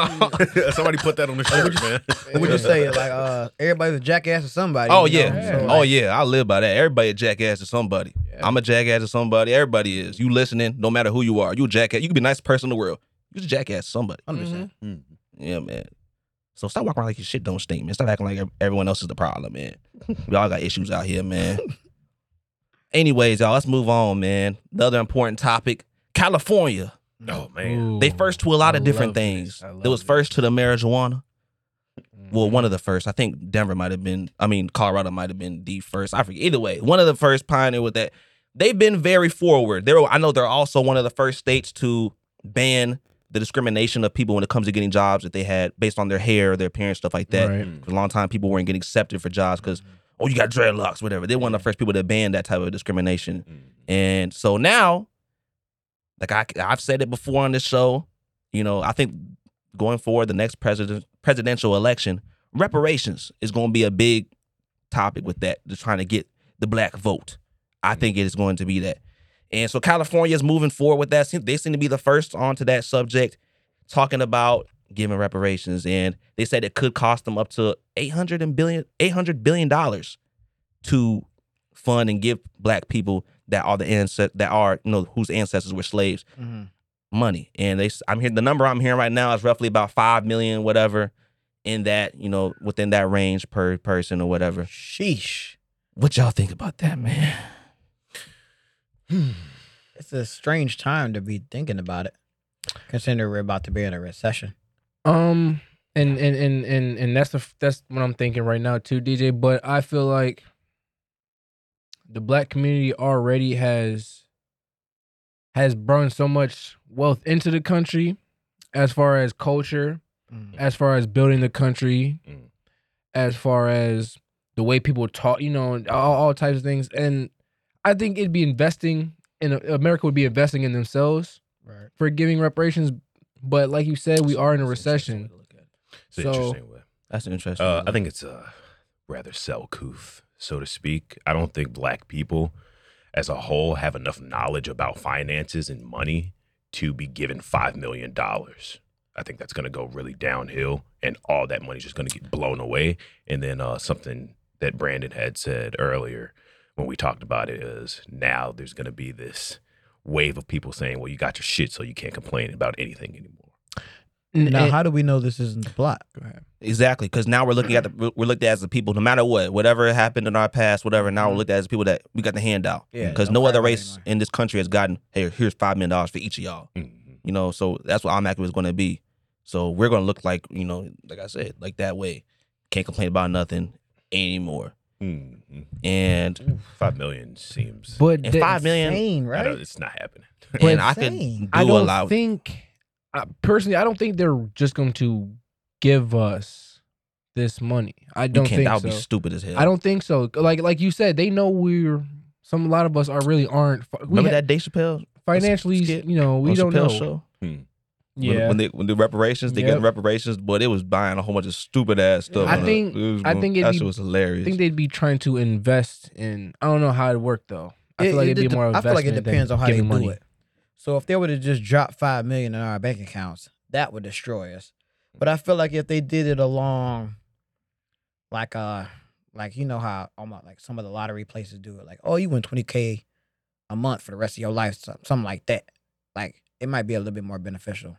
Somebody put that on the shirt, man. What would you say? Like uh, everybody's a jackass or somebody. Oh you know? yeah. Yeah. So, Oh like, yeah. I live by that. Everybody a jackass to somebody. Yeah. I'm a jackass to somebody. Everybody is. You listening, no matter who you are. You a jackass. You can be the nicest person in the world. You just jackass to somebody. 100%. Mhm. Mm-hmm. Yeah, man. So stop walking around like your shit don't stink, man. Stop acting like ev- everyone else is the problem, man. We all got issues out here, man. Anyways, y'all, let's move on, man. Another important topic. California. Oh man. They first to a lot of I different love things. this. I They love was this. first to the marijuana. Mhm. Well, one of the first. I think Denver might have been. I mean, Colorado might have been the first. I forget. Either way, one of the first pioneer with that. They've been very forward. They're. I know they're also one of the first states to ban the discrimination of people when it comes to getting jobs that they had based on their hair, their appearance, stuff like that. Right. For a long time, people weren't getting accepted for jobs because oh, you got dreadlocks, Mm. whatever. They're one of the first people to ban that type of discrimination. Mhm. And so now Like I, I've said it before on this show. You know, I think going forward, the next president presidential election, reparations is going to be a big topic with that. Just trying to get the black vote. I think it is going to be that. And so California is moving forward with that. They seem to be the first onto that subject, talking about giving reparations. And they said it could cost them up to 800 and billion, 800 billion dollars to fund and give black people that are the ancest- that are you know whose ancestors were slaves Mhm. money. And they, s- I'm hearing the number I'm hearing right now is roughly about five million, whatever, in that you know within that range per person or whatever. Sheesh. What y'all think about that, man? It's a strange time to be thinking about it, considering we're about to be in a recession. Um, and and and and and that's the f- that's what I'm thinking right now too, DJ. But I feel like the black community already has has brought so much wealth into the country, as far as culture, as far as building the country, Mm. as far as the way people talk, you know, and all, all types of things. And I think it'd be investing in America would be investing in themselves Right. for giving reparations. But like you said, we are in a recession. It's an So- interesting way. That's interesting. Uh, I think it's uh, rather self-coof, so to speak. I don't think black people as a whole have enough knowledge about finances and money to be given $5 million. I think that's going to go really downhill, and all that money's just going to get blown away. And then uh, something that Brandon had said earlier when we talked about it is now there's going to be this wave of people saying, well, you got your shit, so you can't complain about anything anymore. N- Now, and- how do we know this isn't the plot? exactly because now we're looking at the we're looked at as the people, no matter what, whatever happened in our past, whatever. Now Mm-hmm. we're looked at as people that we got the handout. Yeah, Because don't no cry other about it race anymore. in this country has gotten hey, here's five million dollars for each of y'all. Mhm. You know, so that's what I'm acting is going to be. So we're going to look like you know, like I said, like that way. Can't complain about nothing anymore. Mhm. And Five million seems. But And the- five million, Insane, I right? don't- it's not happening. and I could do Insane. I a don't lot. think I, personally. I don't think they're just going to give us this money. I you don't can't. think That would so. be stupid as hell. I don't think so. Like like you said, they know we're some. A lot of us are really aren't. fi- We remember ha- that Dave Chappelle. financially, skit you know, we on don't know. Chappelle's Show? Yeah, When, when they when the reparations, they get Yep. reparations, but it was buying a whole bunch of stupid ass stuff. I on it. think- It was I going- think it'd that be- shit was hilarious. I think they'd be trying to invest in. I don't know how it worked though. I feel like it'd be de- more. I feel like it investment than depends on how they giving money. do it. So if they were to just drop five million in our bank accounts, that would destroy us. But I feel like if they did it along, like uh, like you know how almost like some of the lottery places do it, like oh you win twenty k a month for the rest of your life, some- something like that. Like it might be a little bit more beneficial.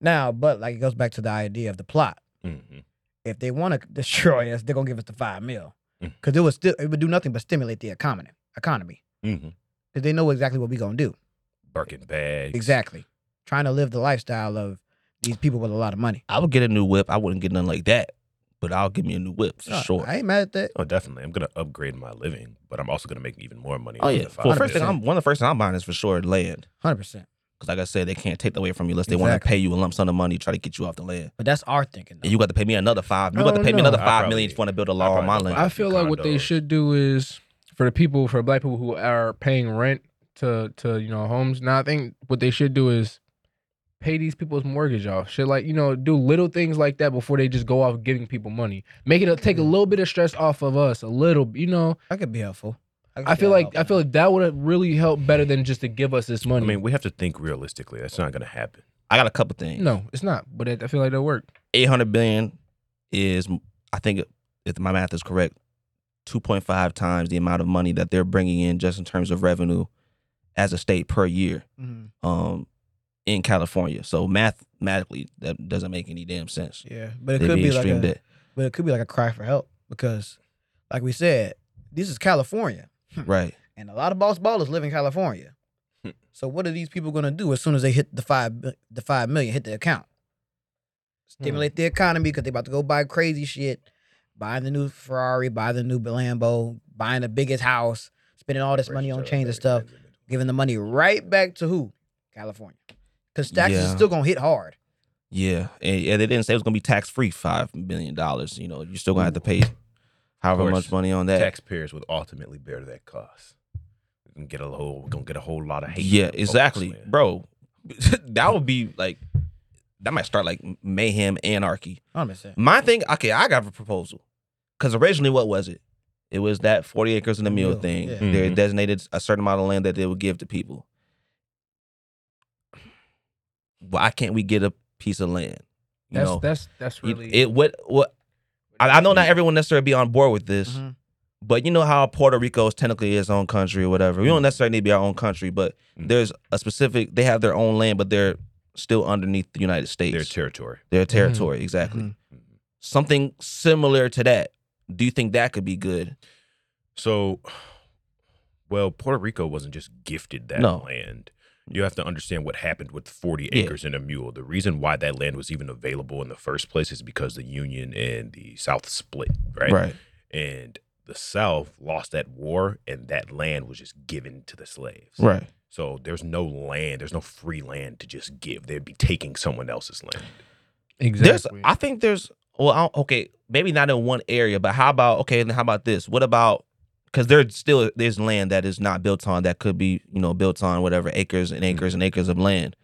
Now, but like it goes back to the idea of the plot. Mm-hmm. If they want to destroy us, they're gonna give us the five mil Hmm. Mm. because it would still it would do nothing but stimulate the economy economy Mm-hmm. because they know exactly what we're gonna do. Birkin bags. Exactly. Trying to live the lifestyle of these people with a lot of money. I would get a new whip. I wouldn't get nothing like that, but I'll give me a new whip for No, sure. I ain't mad at that. Oh, definitely. I'm gonna upgrade my living, but I'm also gonna make even more money. oh than yeah. the five Well, first thing million. I'm one of the first thing I'm buying is for sure land. 100%. Because like I said, they can't take that away from you unless they want to Exactly. pay you a lump sum of money, try to get you off the land. But that's our thinking. Though. And you got to pay me another five. You I got to Oh, don't pay me know. another I five probably- million if you want to build a I law on probably my don't land. buy I a few feel like what they condos. should do is for the people, for black people who are paying rent to to you know homes. Now I think what they should do is pay these people's mortgage off. Should like you know do little things like that before they just go off giving people money. Make it a, take a little bit of stress off of us. A little, you know. I could be helpful. could I be feel like helpful. I feel like that would have really helped better than just to give us this I money. mean, we have to think realistically. That's not gonna happen. I got a couple things. no, it's not. But it, I feel like that worked. 800 billion is i think if my math is correct 2.5 times the amount of money that they're bringing in just in terms of revenue as a state per year Mhm. um in california so mathematically that doesn't make any damn sense Yeah, but it They'd could be, like extreme a, debt but it could be like a cry for help because, like we said, this is California, right and a lot of boss ballers live in California. Hmm. so what are these people gonna do as soon as they hit the five bi- the five million hit the account? Stimulate Hmm. the economy because they about to go buy crazy shit, buying the new Ferrari, buy the new Lambo, buying the biggest house, spending all this money on chains and stuff. giving the money right back to who? California. Because taxes is Yeah. still gonna hit hard. yeah and, and they didn't say it was going to be tax free 5 million dollars you know you're still going to have to pay however Of much course. money on that Taxpayers would ultimately bear that cost. We're gonna get a whole. We're gonna get a whole lot of hate. yeah from folks, exactly man. bro that would be like that might start like mayhem anarchy. I'm just saying. My thing, okay, I got a proposal. Cause originally what was it? It was that 40 acres and a meal Meal, thing. yeah. They Mhm. designated a certain amount of land that they would give to people. Why can't we get a piece of land? You That's know, that's that's You- really it what what I, I know not everyone necessarily be on board with this, Mm-hmm. Mhm. but you know how Puerto Rico is technically its own country or whatever. We don't necessarily need to be our own country, but Mm. there's a specific. They have their own land, but they're still underneath the United States. Their mm-hmm. territory. Their territory, exactly. Mhm. Something similar to that. Do you think that could be good? So, well, Puerto Rico wasn't just gifted that No. land. You have to understand what happened with 40 Yeah. acres and a mule. The reason why that land was even available in the first place is because the Union and the South split, right? And the South lost that war, and that land was just given to the slaves. right. So there's no land, there's no free land to just give. They'd be taking someone else's land. exactly. There's, I think there's. Well, I don't- okay, maybe not in one area, but how about okay? Then how about this? What about because there's still there's land that is not built on that could be you know built on whatever acres and acres and acres of land.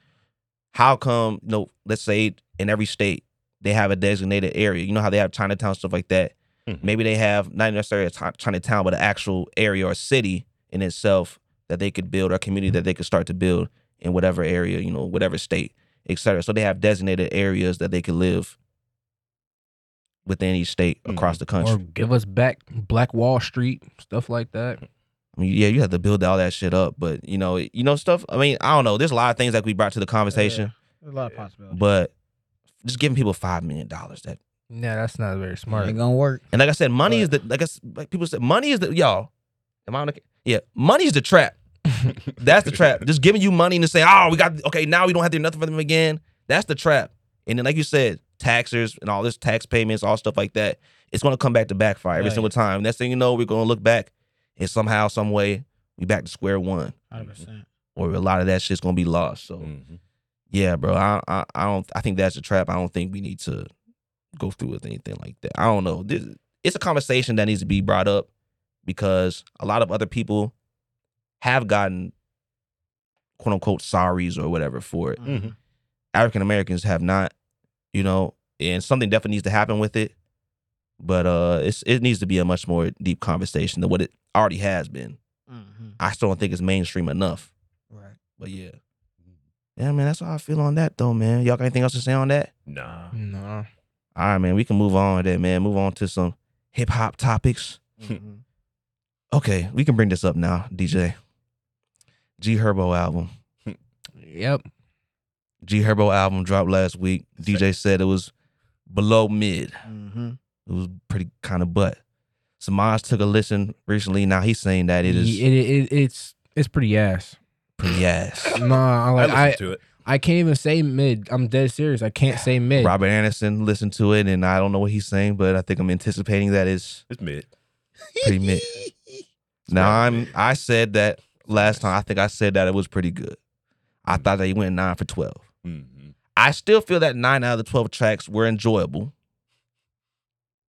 How come? You know, let's say in every state they have a designated area. You know how they have Chinatown stuff like that. Mhm. Maybe they have not necessarily a Chi- Chinatown, but an actual area or city in itself that they could build or a community that they could start to build in whatever area, you know, whatever state, et cetera. So they have designated areas that they could live within each state Mhm. across the country. or give us back Black Wall Street stuff like that. I mean, yeah, you have to build all that shit up, but you know, you know stuff. I mean, I don't know. There's a lot of things that we brought to the conversation, There's a lot of possibilities. but just giving people five million dollars that, Nah, that's not very smart. Ain't gonna work. and like I said, money Right. is the like I s- like people said, money is the y'all. Am I on the? ca- Yeah, money is the trap. That's the trap. Just giving you money and just saying, oh, we got okay, now we don't have to do nothing for them again. That's the trap. And then, like you said, taxers and all this tax payments, all stuff like that, it's gonna come back to backfire every Right. single time. Next thing you know, we're gonna look back and somehow, some way, we back to square one. 100%. Or a lot of that shit's gonna be lost. So Mhm. yeah, bro, I, I I don't I think that's a trap. I don't think we need to go through with anything like that. I don't know. This, it's a conversation that needs to be brought up because a lot of other people have gotten quote unquote sorries or whatever for it. Mm. Mhm. African Americans have not, you know, and something definitely needs to happen with it. But uh it's it needs to be a much more deep conversation than what it already has been. Mhm. I still don't think it's mainstream enough. Right. But yeah. Yeah, man, that's how I feel on that though, man. Y'all got anything else to say on that? Nah. No. All right, man, we can move on with that, man. Move on to some hip hop topics. Mhm. Okay, we can bring this up now, DJ. G Herbo album. Yep. G Herbo album dropped last week. DJ said it was below mid. Mhm. It was pretty kind of butt. Samaj took a listen recently. Now he's saying that it is Ye- It, it, it's it's pretty ass. pretty ass. Nah, I I like listened I, to it. I can't even say mid. I'm dead serious. I can't say mid. Robert Anderson listened to it, and I don't know what he's saying, but I think I'm anticipating that it's It's mid. pretty mid. Now Right. I'm I said that last time. I think I said that it was pretty good. I Mm-hmm. thought that he went nine for twelve. Mhm. I still feel that nine out of the twelve tracks were enjoyable.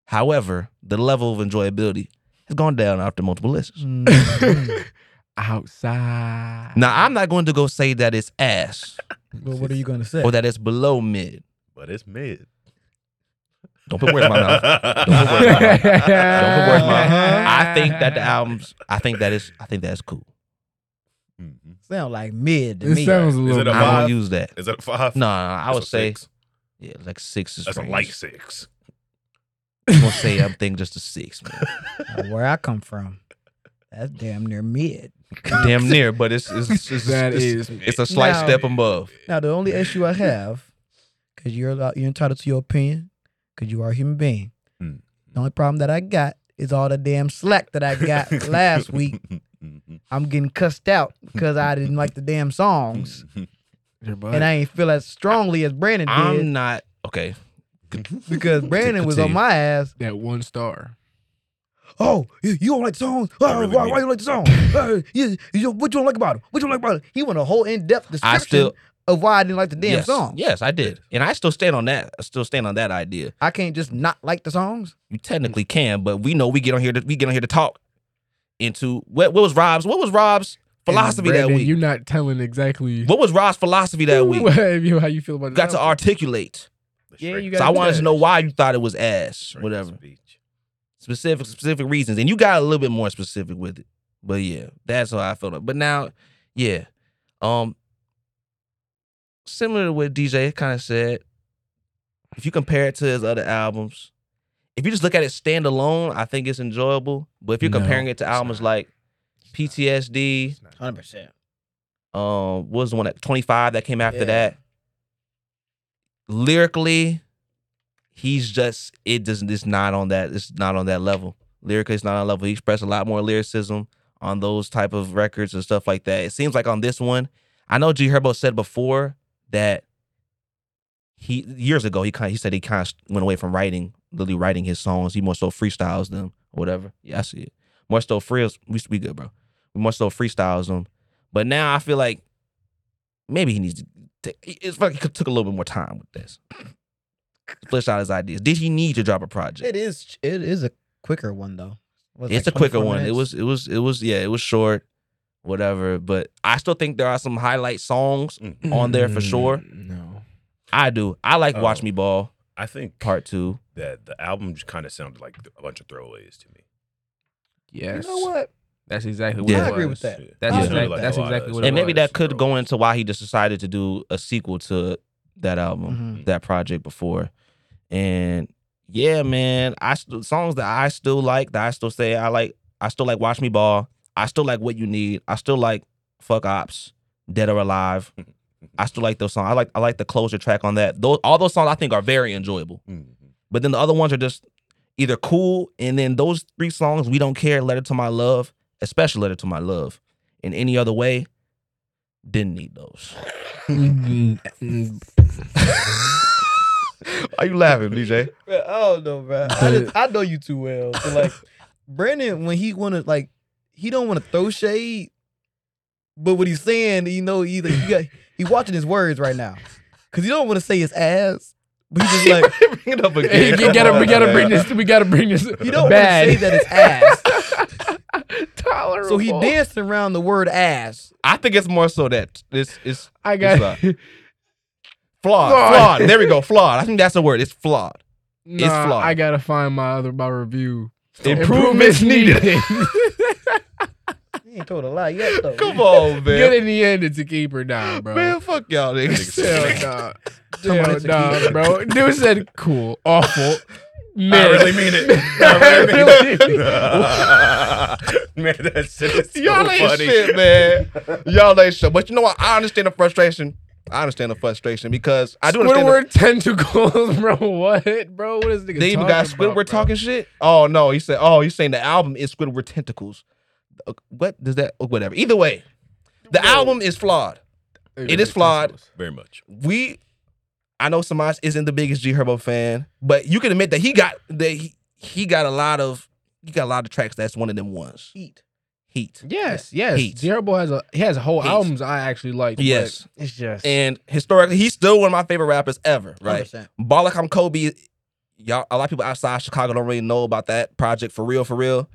However, the level of enjoyability has gone down after multiple listens. Mhm. Mm-hmm. Outside. Now I'm not going to go say that it's ass but what are you gonna say? or that it's below mid. But it's mid. Don't put words in my mouth. Don't put words in my mouth. Don't put words in my mouth. I think that the albums. I think that is. I think that's cool. Mhm. Sound like mid to me. It sounds a Is little. it a I vibe? won't use that. Is that a five? No, no, no, I That's would a say six. yeah, like six is. that's a range. light six. I'm gonna say I'm thinking just a six, man. Now, Where I come from, that's damn near mid. Damn near, but it's it's it's, it's, That it's, is it's a slight Now- step above. Now the only issue I have, because you're allowed, you're entitled to your opinion, because you are a human being. Mm. The only problem that I got is all the damn slack that I got last week. Mhm. I'm getting cussed out because I didn't like the damn songs, and I ain't feel as strongly as Brandon did I'm not okay. because Brandon was on Continue. my ass. that one star. Oh, you, you don't like the songs? Oh, I really why, mean- why you like the song? Uh, you, you, what you don't like about it? What you don't like about it? He went a whole in depth I description still of why I didn't like the damn yes, song. Yes, I did, and I still stand on that. I still stand on that idea. I can't just not like the songs. You technically can, but we know we get on here. To, we get on here to talk into what what was Rob's. What was Rob's philosophy And Brandon, that week. You're not telling exactly what was Rod's philosophy that week? you- how you feel about Got the to articulate. Yeah, you So I gotta do wanted that. to know why you thought it was ass, whatever. Specific specific reasons, and you got a little bit more specific with it. But yeah, that's how I felt. But now, yeah, um, similar to what DJ kind of said. If you compare it to his other albums, if you just look at it standalone, I think it's enjoyable. But if you're No, comparing it to it's albums not. like PTSD, Hundred percent. um, what was the one at 25 that came after Yeah. that? Lyrically, he's just it doesn't it's not on that it's not on that level. Lyrically, it's not on that level. He expressed a lot more lyricism on those type of records and stuff like that. It seems like on this one, I know G Herbo said before that he years ago he kind he said he kind of went away from writing literally writing his songs. He more so freestyles them or whatever. Yeah, I see it. More so frees we we good, bro. We more so freestyles them. But now I feel like maybe he needs to take it's like he took a little bit more time with this. Flesh out his ideas. Did he need to drop a project? It is. It is a quicker one though. Was it it's like a quicker 24 one. It minutes? was it was it was yeah, it was short, whatever. But I still think there are some highlight songs Mm, on there for sure. Mm, No. I do. I like Watch Oh. Me Ball I think Part Two. that the album just kind of sounded like a bunch of throwaways to me. Yes. You know what? That's exactly what Yeah. it I agree was. with that. That's I agree with It sounded exactly, like that. that's a lot of exactly what us it And maybe was. that could go throwaways. into why he just decided to do a sequel to that album, Mhm. that project before. And yeah, man, I st- songs that I still like, that I still say I like, I still like Watch Me Ball. I still like What You Need. I still like Fuck Ops, Dead or Alive. I still like those songs. I like I like the closure track on that. Those all those songs I think are very enjoyable. Mhm. But then the other ones are just either cool, and then those three songs, We Don't Care, Letter to My Love, especially Letter to My Love, in any other way, didn't need those. Are you laughing, DJ? Bro, I don't know, bro. I, just, I know you too well. But like Brandon, when he wanna like, he don't want to throw shade, but what he's saying, you know, he like, he, got, he watching his words right now, cause he don't want to say his ass, but he's just like Bring it up Hey, again. we gotta, we gotta bring this. this. We gotta bring this. he don't want to bad. say that it's ass. Tolerable. So he danced around the word ass. I think it's more so that it's it's I got. It's flawed, Flawed. flawed. There we go, flawed. I think that's the word. It's flawed. Nah, flawed. I gotta find my other my review. Improvements needed. He ain't told a lie yet though. Come on, Good man. in the end, it's a keeper, nah, bro. Man, fuck y'all Hell niggas. nah. Come on, Hell it's a nah, keeper. bro. Dude said cool, awful. I Man. really mean it. I really mean it. Man, that's just so Y'all ain't funny. shit, man. Y'all ain't shit. But you know what? I understand the frustration. I understand the frustration because I do understand. the- Squidward tentacles, bro. What, bro? What is this nigga they even talking got Squidward about, bro? talking shit. Oh no, he said. Oh, he's saying the album is Squidward tentacles. Uh, What does that? Whatever. Either way, the album is flawed. It is flawed. Very much. we I know Samaj isn't the biggest G Herbo fan, but you can admit that he got that he, he got a lot of he got a lot of tracks that's one of them ones. Heat. Heat. Yes, yes. Heat. Jerbo has a he has whole Heat. albums I actually like. but Yes. it's just And historically, he's still one of my favorite rappers ever, right? 100%. Balak I'm Kobe, y'all a lot of people outside Chicago don't really know about that project for real, for real.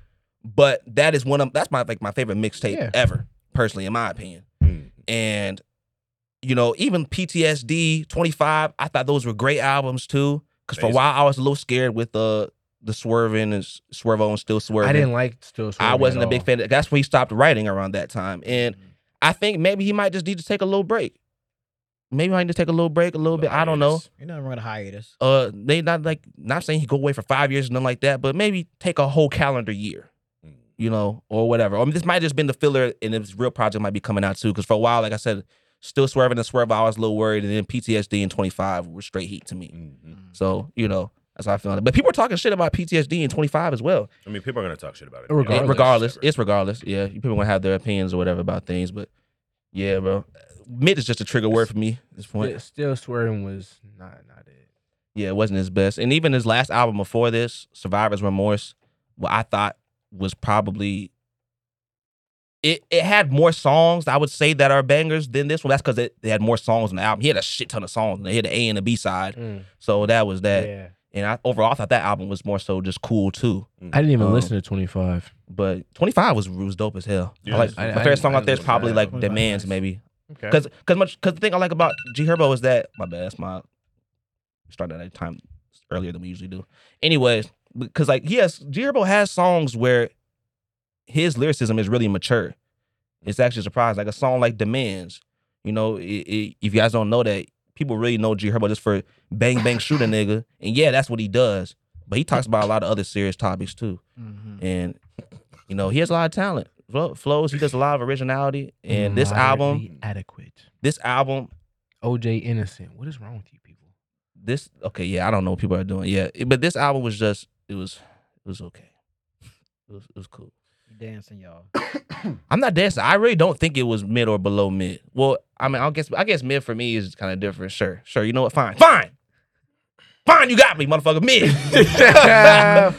But that is one of that's my like my favorite mixtape Yeah. ever, personally, in my opinion. Mm. and you know even PTSD 25 I thought those were great albums too because for a Amazing. while I was a little scared with uh, the swerving and S- swervo and still swerving I didn't like still. I Swerving wasn't at a big all. Mm-hmm. fan of, that's when he stopped writing around that time and I think maybe he might just need to take a little break maybe I need to take a little break a little bit I don't know You're not gonna hiatus. uh they not like not saying he go away for five years or nothing like that but maybe take a whole calendar year Mm. you know, or whatever. I mean, this might just been the filler, and this real project might be coming out too. Because for a while, like I said, still swerving and swerve, I was a little worried, and then PTSD and twenty five were straight heat to me. Mhm. So you know, that's how I feel. on it. But people are talking shit about PTSD and twenty five as well. I mean, people are gonna talk shit about it. It- Regardless. Regardless, it's regardless. Yeah, you people gonna have their opinions or whatever about things, but yeah, bro, mid is just a trigger word for me at this point. Yeah, still swerving was not not it. Yeah, it wasn't his best. And even his last album before this, Survivor's Remorse, what I thought was probably it it had more songs, I would say, that are bangers than this one. That's because they had more songs on the album. He had a shit ton of songs. And they had an A and a B side. Mm, So that was that. yeah, And I overall I thought that album was more so just cool too. I didn't even Um, listen to Twenty Five. But 25 was was dope as hell. Yeah. I like, I- my I- favorite song I out there is love probably that. like 25 Demands, nice. maybe. Okay. Cause, cause much, cause the thing I like about G Herbo is that my bad. That's my started at a time earlier than we usually do. Anyways, because like yes, G Herbo has songs where his lyricism is really mature. It's actually a surprise. Like a song like Demands, you know, i i if you guys don't know that, people really know G Herbo just for bang bang shoot a nigga, and yeah, that's what he does. But he talks about a lot of other serious topics too, Mm-hmm. Mhm. and you know, he has a lot of talent. Flo- Flows, he does a lot of originality, and this Mm, album, Moderately adequate. this album OJ Innocent. What is wrong with you people? this okay yeah i don't know what people are doing yeah it- but this album was just it was it was okay it was, it was cool You Dancing, y'all. i'm not dancing i really don't think it was mid or below mid well i mean i guess i guess mid for me is kind of different sure sure you know what fine fine fine you got me motherfucker mid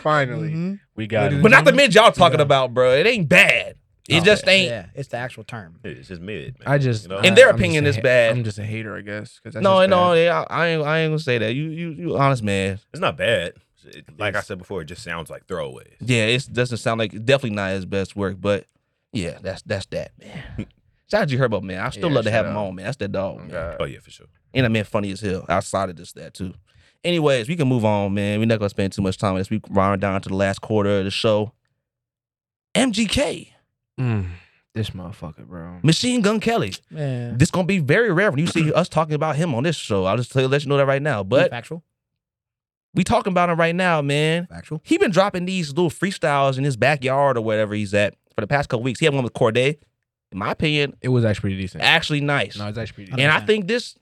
Finally, Mhm. we got but it. not the mid y'all talking Yeah. about bro it ain't bad it Not just ain't Yeah, it's the actual term. It's just mid. Man. I just, You know? In their I'm just opinion, a it's ha- bad. I'm just a hater, I guess. 'cause that's no just no bad. yeah, I, I ain't i ain't gonna say that you you you honest man it's not bad. It- like I It's- said before, it just sounds like throwaways. yeah it doesn't sound like definitely not his best work but yeah that's that's that man shout out to herbo man i still Yeah, love to shout have him out. on man that's that dog man. Oh yeah, for sure. And I mean, funny as hell outside of this, that too. Anyways, we can move on, man. We're not gonna spend too much time on this. We round down to the last quarter of the show. MGK, Mm, this motherfucker, bro. Machine Gun Kelly. Man, This gonna be very rare when you see us talking about him on this show. I'll just tell you, let you know that right now. But factual, we talking about him right now, man. factual. He been dropping these little freestyles in his backyard or wherever he's at for the past couple weeks. He had one with Corday. In my opinion, It was actually pretty decent. actually nice. No, it's actually pretty I decent. And I understand. think this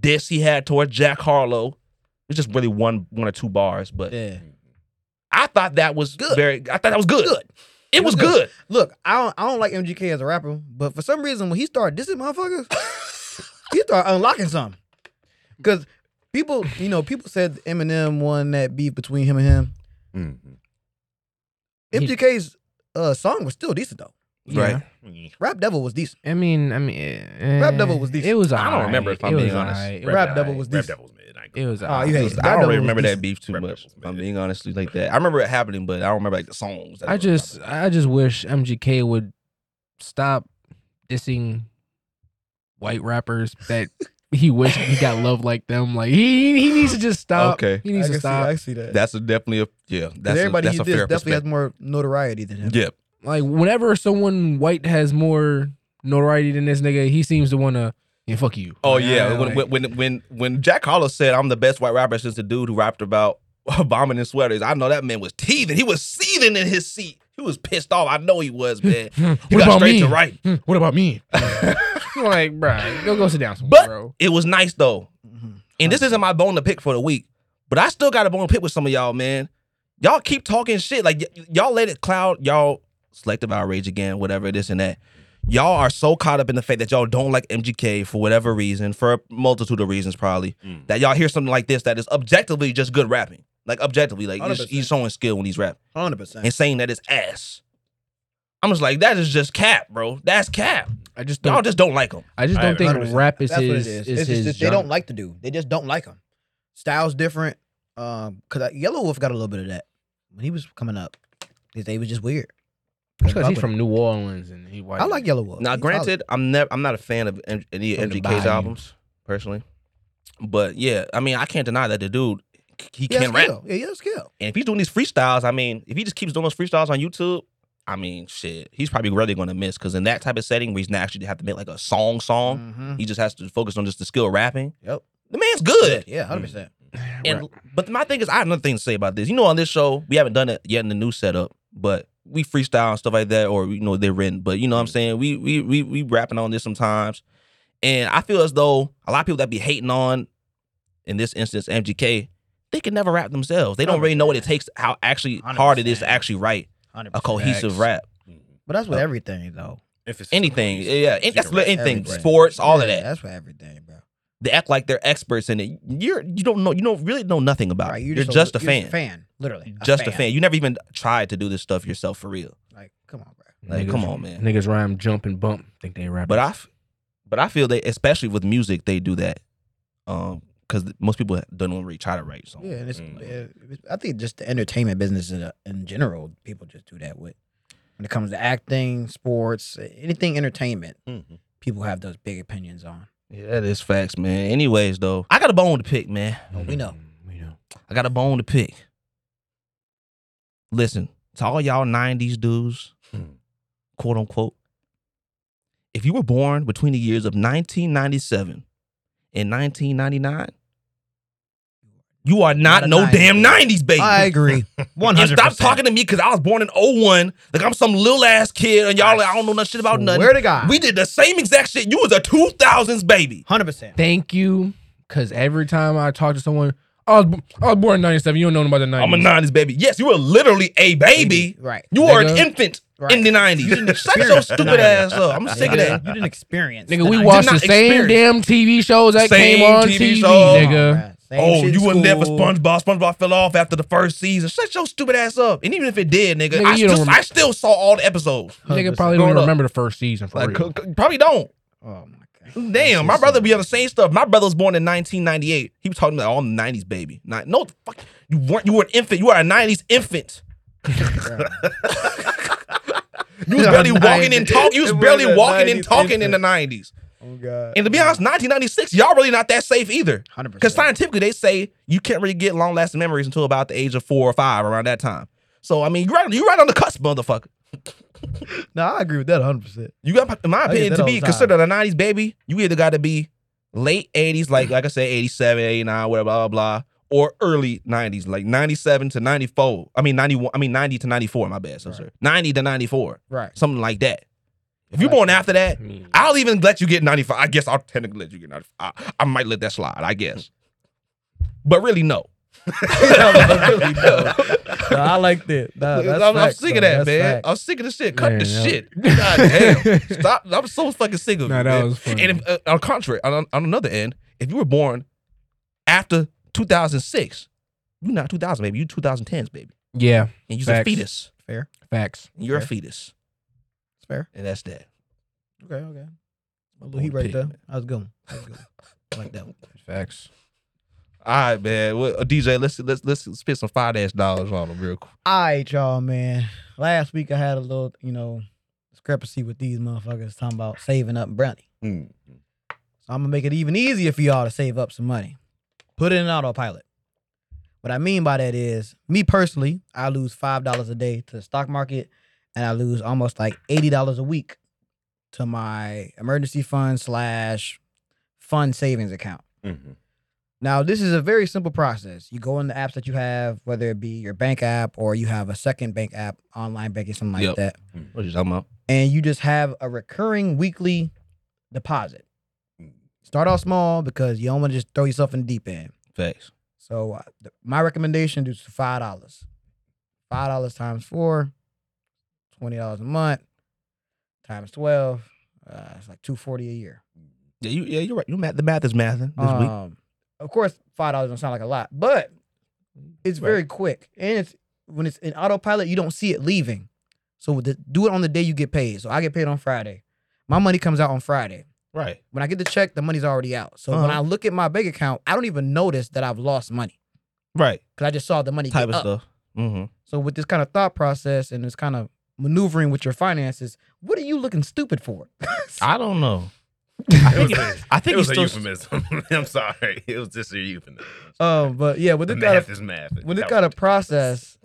diss he had toward Jack Harlow was just really one one or two bars, but Yeah. I thought that was good. Very, I thought that was good. It, was, good. Look, I don't, I don't like MGK as a rapper, but for some reason when he started dissing motherfuckers, he started unlocking something. Cause people, you know, people said Eminem won that beef between him and him. He- MGK's uh, song was still decent though. Right. Rap Devil was decent. I mean, I mean, eh, Rap Devil was eh, decent. It was. I don't alright. remember, if I'm It being was honest. alright. It was Rap Devil alright. was Rap decent. Devil's mid. I ain't It gonna- was. Oh, alright. you hate It was- Rap I don't Devil really was remember that decent. beef too Rap much. Devil's if I'm mid. being honestly like that. I remember it happening, but I don't remember like the songs. that I were just, popping. I just wish MGK would stop dissing white rappers that he wished he got love like them. Like he, he needs to just stop. Okay. he needs I to can see, stop. I see that. that's a definitely a yeah. Because That's a, everybody that's he a dissed fair definitely has perspective. more notoriety than him. Yeah, like whenever someone white has more notoriety than this nigga, he seems to want to yeah, fuck you. Oh Like, yeah, I- when, like- when when when when Jack Harlow said I'm the best white rapper since the dude who rapped about bombing in sweaters, I know that man was teething. He was seething in his seat. He was pissed off. I know he was, man. Hmm, You what got about straight me? to right. Hmm, What about me? like, bruh, go go sit down somewhere, But- bro. It was nice though. Mhm. And this isn't my bone to pick for the week, but I still got a bone to pick with some of y'all, man. Y'all keep talking shit. Like y- y'all let it cloud y'all selective outrage again, whatever this and that. Y'all are so caught up in the fact that y'all don't like MGK for whatever reason, for a multitude of reasons probably, Mm. that y'all hear something like this that is objectively just good rapping. Like objectively, like he's, 100%. he's showing skill when he's rapping hundred percent. and saying that it's ass. I'm just like, that is just cap, bro. That's cap. I just Y'all don't. just don't like him. I just I don't think 100%. rap is That's what it his. is. is his it's just that they genre. don't like the dude. They just don't like him. Style's different. Um, cause I, Yellow Wolf got a little bit of that when he was coming up. His they was just weird. It's 'cause I he's from New Orleans and he white. like Yellow Wolf. Now, He's granted, I'm never I'm not a fan of M- any From the MGK's bayou. albums personally, but yeah, I mean, I can't deny that the dude c- he solid. He can has rap, skill. Yeah, he has skill. and if he's doing these freestyles, I mean, if he just keeps doing those freestyles on YouTube, I mean, shit, he's probably really going to miss because in that type of setting where he's not actually have to make like a song song, Mhm. he just has to focus on just the skill of rapping. Yep. The man's good. Yeah, hundred percent. And but my thing is, I have another thing to say about this. You know, on this show, we haven't done it yet in the new setup, but we freestyle and stuff like that, or you know, they're written. But you know what I'm saying? We we we we rapping on this sometimes. And I feel as though a lot of people that be hating on, in this instance, MGK, they can never rap themselves. They don't really know what it takes, how actually hard it is to 100%. actually write Hundred Mm. a cohesive rap. Mhm. But that's with Uh, everything though. Emphasis on Anything. these. Yeah. You And that's can rap anything. everything. Sports, all of Yeah, that. That's for everything, bro. They act like they're experts in it. You're you don't know you don't really know nothing about Right, it. You're, a- just a you're fan. fan, literally. just a fan. You never even tried to do this stuff yourself for real. Like, come on, bro. Like, come on, man. Niggas rhyme, jump, and bump. Think they rap. But I, f- but I feel they, especially with music, they do that, um, because most people don't really try to write songs. Yeah, and it's, Mm. yeah, it's- I think just the entertainment business in, in general, people just do that with. when it comes to acting, sports, anything entertainment. Mhm. People have those big opinions on. Yeah, that is facts, man. Anyways, though, I got a bone to pick, man. we know. Oh, We know. I got a bone to pick. Listen, to all y'all 90s dudes, Hmm. quote unquote, if you were born between the years of 1997 and 1999, you are not, a no 90s damn baby. 90s baby. I agree. One You hundred. stop talking to me because I was born in 01. Like I'm some little ass kid and y'all like, I don't know nothing shit about nothing. Where to God? We did the same exact shit. You was a 2000s baby. hundred percent. Thank you, because every time I talk to someone, I was, b- I was born in '97. You don't know about the '90s. I'm a 90s baby. Yes, you were literally a baby. Right. You are an Nigga. infant Right. in the 90s. didn't Shut your experience stupid the 90s. ass up. I'm sick of Yeah. that. You didn't experience. Nigga, we that. watched not the same damn TV shows that Same came on TV TV, shows. nigga. Bruh, same Oh, shit in you were never school. SpongeBob. SpongeBob fell off after the first season. Shut your stupid ass up. And even if it did, nigga, Nigga, I, you still, don't remember- I still saw all the episodes. Nigga probably Growing don't up. remember the first season for Like, real. c- c- probably don't. Oh my god. Damn, my brother be on the same stuff. My brother was born in 1998. He was talking about all the 90s baby. Not, no, the fuck, you weren't. You were an infant. You are a 90s infant. You was barely walking and talking. You was We're barely the walking and 90s talking in the infant. 90s. Oh god. And to be honest, 1996, y'all really not that safe either. hundred Because scientifically, they say you can't really get long lasting memories until about the age of four or five, around that time. So I mean, you're right, you're right on the cusp, motherfucker. No, I agree with that hundred percent. You got, in my get opinion, that to all be the time. considered a '90s baby, you either got to be late '80s, like like I said, '87, '89, whatever, blah, blah blah, or early '90s, like '97 to '94. I mean '91. I mean '90 to '94. My bad, so Right. sorry. '90 to '94, Right. something like that. If you're Like born that. after that, I mean, I'll even let you get 95. I guess I'll technically let you get 95. I, I might let that slide, I guess. But really, no. Really, no. No, I like that. Nah, I'm, that's I'm facts, sick though. of that, That's man. facts. I'm sick of the shit. Cut Man, the that- shit. God damn. Stop. I'm so fucking sick of it. Nah, that man. was funny. And if, uh, on contrary, on, on another end, if you were born after 2006, you're not 2000, baby. You're 2010s, baby. yeah, And you're Facts. a fetus. Fair. facts. And you're a Fair. fetus. It's fair. And that's that. Okay. Okay. My he boy right pig, there. man. I was going. I was going. I like that one. Facts. All right, man. Well, uh, DJ, let's let's let's spit some five ass dollars on him real quick. All right, y'all, man. Last week I had a little, you know, discrepancy with these motherfuckers talking about saving up brownie. Mm. So I'm gonna make it even easier for y'all to save up some money. Put it in autopilot. What I mean by that is, me personally, I lose five dollars a day to the stock market, and I lose almost like eighty dollars a week to my emergency fund slash fund savings account. Mhm. Now, this is a very simple process. You go in the apps that you have, whether it be your bank app or you have a second bank app, online banking, something like Yep. Hmm. that, What you talking about? and you just have a recurring weekly deposit. Start off small because you don't want to just throw yourself in the deep end. Facts. So, uh, th- my recommendation is five dollars, five dollars times four, twenty dollars a month, times twelve. Uh, it's like two forty a year. Yeah, you yeah, you're right. You math the math is mathing Uh, this week. Um, Of course, five dollars don't sound like a lot, but it's Right. very quick, and it's when it's in autopilot, you don't see it leaving. So with the, do it on the day you get paid. So I get paid on Friday. My money comes out on Friday. Right. When I get the check, the money's already out. So when Uh-huh. I look at my bank account, I don't even notice that I've lost money Right. because I just saw the money Type get of up. stuff. Mm-hmm. So with this kind of thought process and this kind of maneuvering with your finances, what are you looking stupid for? I don't know. It was a- I Mm-hmm. it think was it's a still euphemism. I'm sorry. It was just a euphemism. Uh, um, but yeah, with the this kind math of is math. with this That kind was- of process,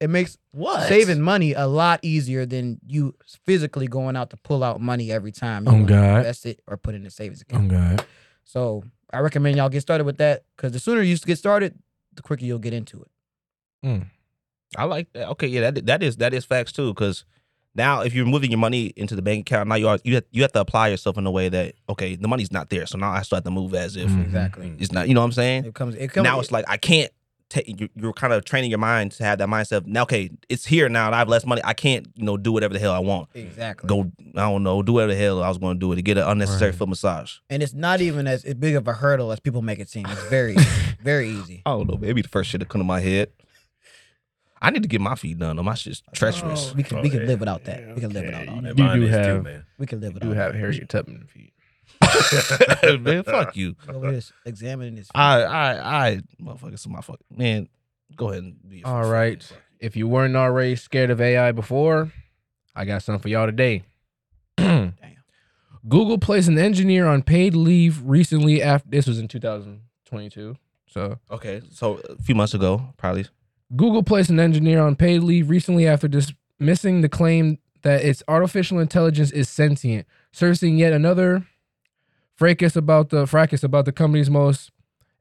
it makes what saving money a lot easier than you physically going out to pull out money every time you Oh wanna God. invest it or put it in a savings Oh account. God. So I recommend y'all get started with that because the sooner you get started, the quicker you'll get into it. I like that. Okay, yeah, that that is that is facts too. Because now, if you're moving your money into the bank account, now you are you have, you have to apply yourself in a way that okay, the money's not there, so now I still have to move as if Mm. Exactly. Mm. it's not. You know what I'm saying? It comes. It comes. now it's like I can't. take you- You're kind of training your mind to have that mindset. Of, now, okay, it's here now, and I have less money. I can't, you know, do whatever the hell I want. exactly. Go, I don't know, do whatever the hell I was going to do to get an unnecessary Right. foot massage. And it's not even as as big of a hurdle as people make it seem. It's very, easy, very easy. I don't know, maybe the first shit that come to my head. I need to get my feet done. though. My shit's treacherous. We can Oh, we can yeah. live without that. We can live Okay. without all that. You Mine do is too, have- man. We can live do without have that. Harriet Tubman feet. man, fuck you. Over here examining this. I, I, I, motherfucker, so my fuck, man. Go ahead and be. All right. If you weren't already scared of AI before, I got something for y'all today. Google placed an engineer on paid leave recently after this was in 2022. So Okay, so a few months ago, probably. Google placed an engineer on paid leave recently after dismissing the claim that its artificial intelligence is sentient, surfacing yet another fracas about the fracas about the company's most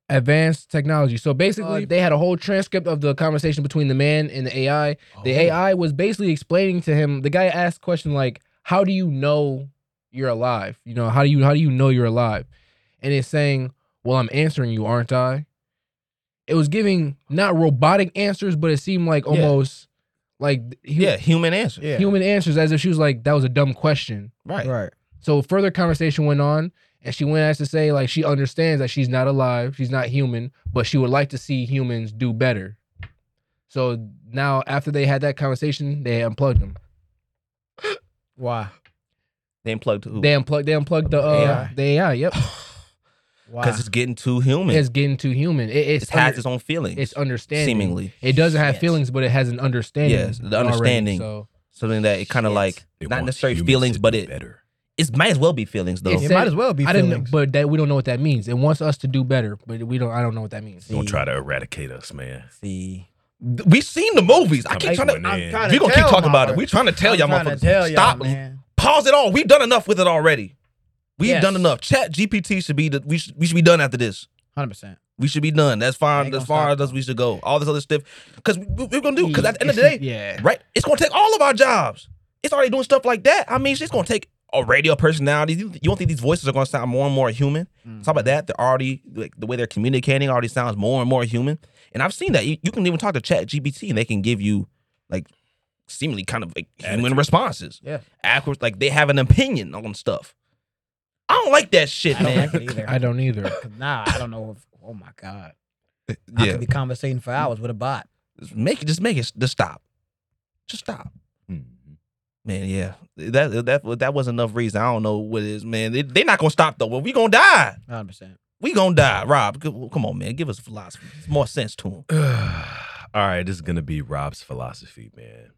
advanced technology. So basically, Uh, they had a whole transcript of the conversation between the man and the AI. The Oh. AI was basically explaining to him. The guy asked a question like, "How do you know you're alive? You know, how do you how do you know you're alive?" And it's saying, "Well, I'm answering you, aren't I?" It was giving not robotic answers, but it seemed like almost like hu- Yeah, human answer. Yeah. human answers, as if she was like, "That was a dumb question." Right. Right. So further conversation went on, and she went on to say like she understands that she's not alive, she's not human, but she would like to see humans do better. So now after they had that conversation, they unplugged them. Why? They unplugged who? They unplugged they unplugged the uh, AI. the AI. Yep, Why? Because it's getting too human. it's getting too human. It, it it's has under- its own feelings. it's understanding. seemingly. It doesn't have Shit. feelings, but it has an understanding. Yes, the already, understanding. so Something that it kind of Shit. like It not wants necessarily humans feelings, to but do it better. it might as well be feelings though. It's- it might as well be I feelings. didn't, but that we don't know what that means. It wants us to do better, but we don't. I don't know what that means. Don't try to eradicate us, man. See, we seen the movies. I Come keep to trying to. an end. trying We gonna keep tell talking about my- it. We trying to tell I'm y'all trying to motherfuckers. tell y'all, Stop. man. Pause it all. We done enough with it already. We've Yes. done enough. Chat GPT should be. The, we should. We should be done after this. Hundred percent. We should be done. That's far. Ain't As gonna far stop, as we should go. All this other stuff, because we, we're gonna do. Because at the end of the day, yeah, right? It's gonna take all of our jobs. It's already doing stuff like that. I mean, it's gonna take a radio personality. You, you don't think these voices are gonna sound more and more human? Mm. Talk about that. They're already like the way they're communicating already sounds more and more human. And I've seen that. You, you can even talk to Chat GPT and they can give you like seemingly kind of like human Attitude. responses. Yeah. Accurate, like they have an opinion on stuff. I don't like that shit, I don't man. like it either. I don't either. nah, I don't know. If, oh my god, I yeah, could be conversating for hours with a bot. Just make it. Just make it. Just stop. Just stop. Mhm. Man, yeah, that that that was enough reason. I don't know what it is, man. They, they're not gonna stop though. Well, we gonna die. Hundred percent. We gonna die, Rob. c- Come on, man. Give us philosophy. It's more sense to him. All right, this is gonna be Rob's philosophy, man.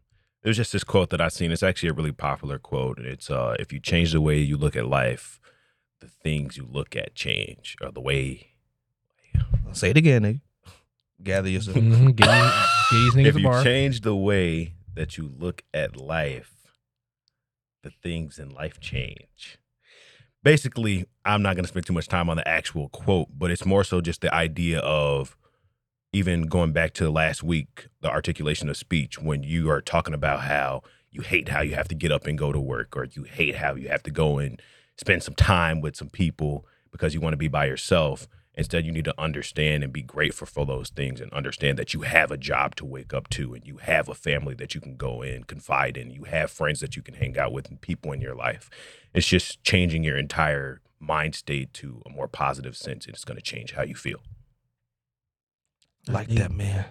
There's just this quote that I've seen. It's actually a really popular quote. and It's uh, if you change the way you look at life, the things you look at change, or the way Say it again, nigga. Gather yourself. Mm-hmm. Mhm, get, these- get these if niggas a you bar. change the way that you look at life, the things in life change. Basically, I'm not going to spend too much time on the actual quote, but it's more so just the idea of even going back to last week, the articulation of speech, when you are talking about how you hate how you have to get up and go to work, or you hate how you have to go and spend some time with some people because you want to be by yourself. Instead, you need to understand and be grateful for those things and understand that you have a job to wake up to and you have a family that you can go in, confide in, you have friends that you can hang out with and people in your life. It's just changing your entire mind state to a more positive sense. and It's going to change how you feel. like that, man.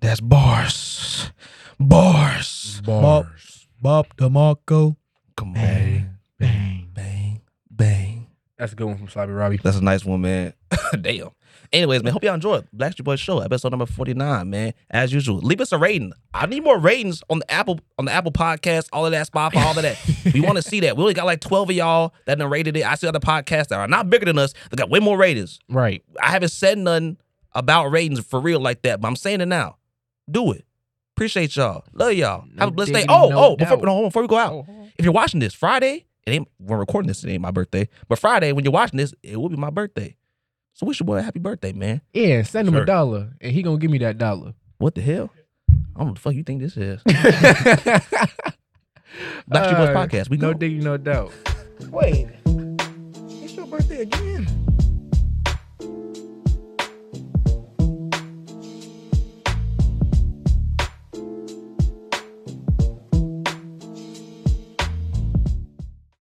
That's bars. Bars. Bars. Bob DeMarco. Come on. Bang, bang. Bang. Bang. That's a good one from Sloppy Robbie. That's a nice one, man. Damn. Anyways, man, hope y'all enjoyed Blackstreet Boys show, episode number 49, man. As usual, leave us a rating. I need more ratings on the Apple on the Apple podcast, all of that, Spotify, all of that. we want to see that. We only got like 12 of y'all that done rated it. I see other podcasts that are not bigger than us that got way more ratings. Right. I haven't said nothing about ratings for real like that, but I'm saying it now. Do it. Appreciate y'all. Love y'all. No Have a blessed day. diggity, Oh, no oh, before, doubt. no, hold on, before we go out, Oh, if you're watching this Friday, it ain't we're recording this, it ain't my birthday. But Friday, when you're watching this, it will be my birthday. So wish your boy a happy birthday, man. Yeah, send him a Sure. dollar, and he gonna give me that dollar. What the hell? I don't know what the fuck you think this is. Black Street Boys Uh, Podcast. We no go. digging, no doubt. Wait, it's your birthday again.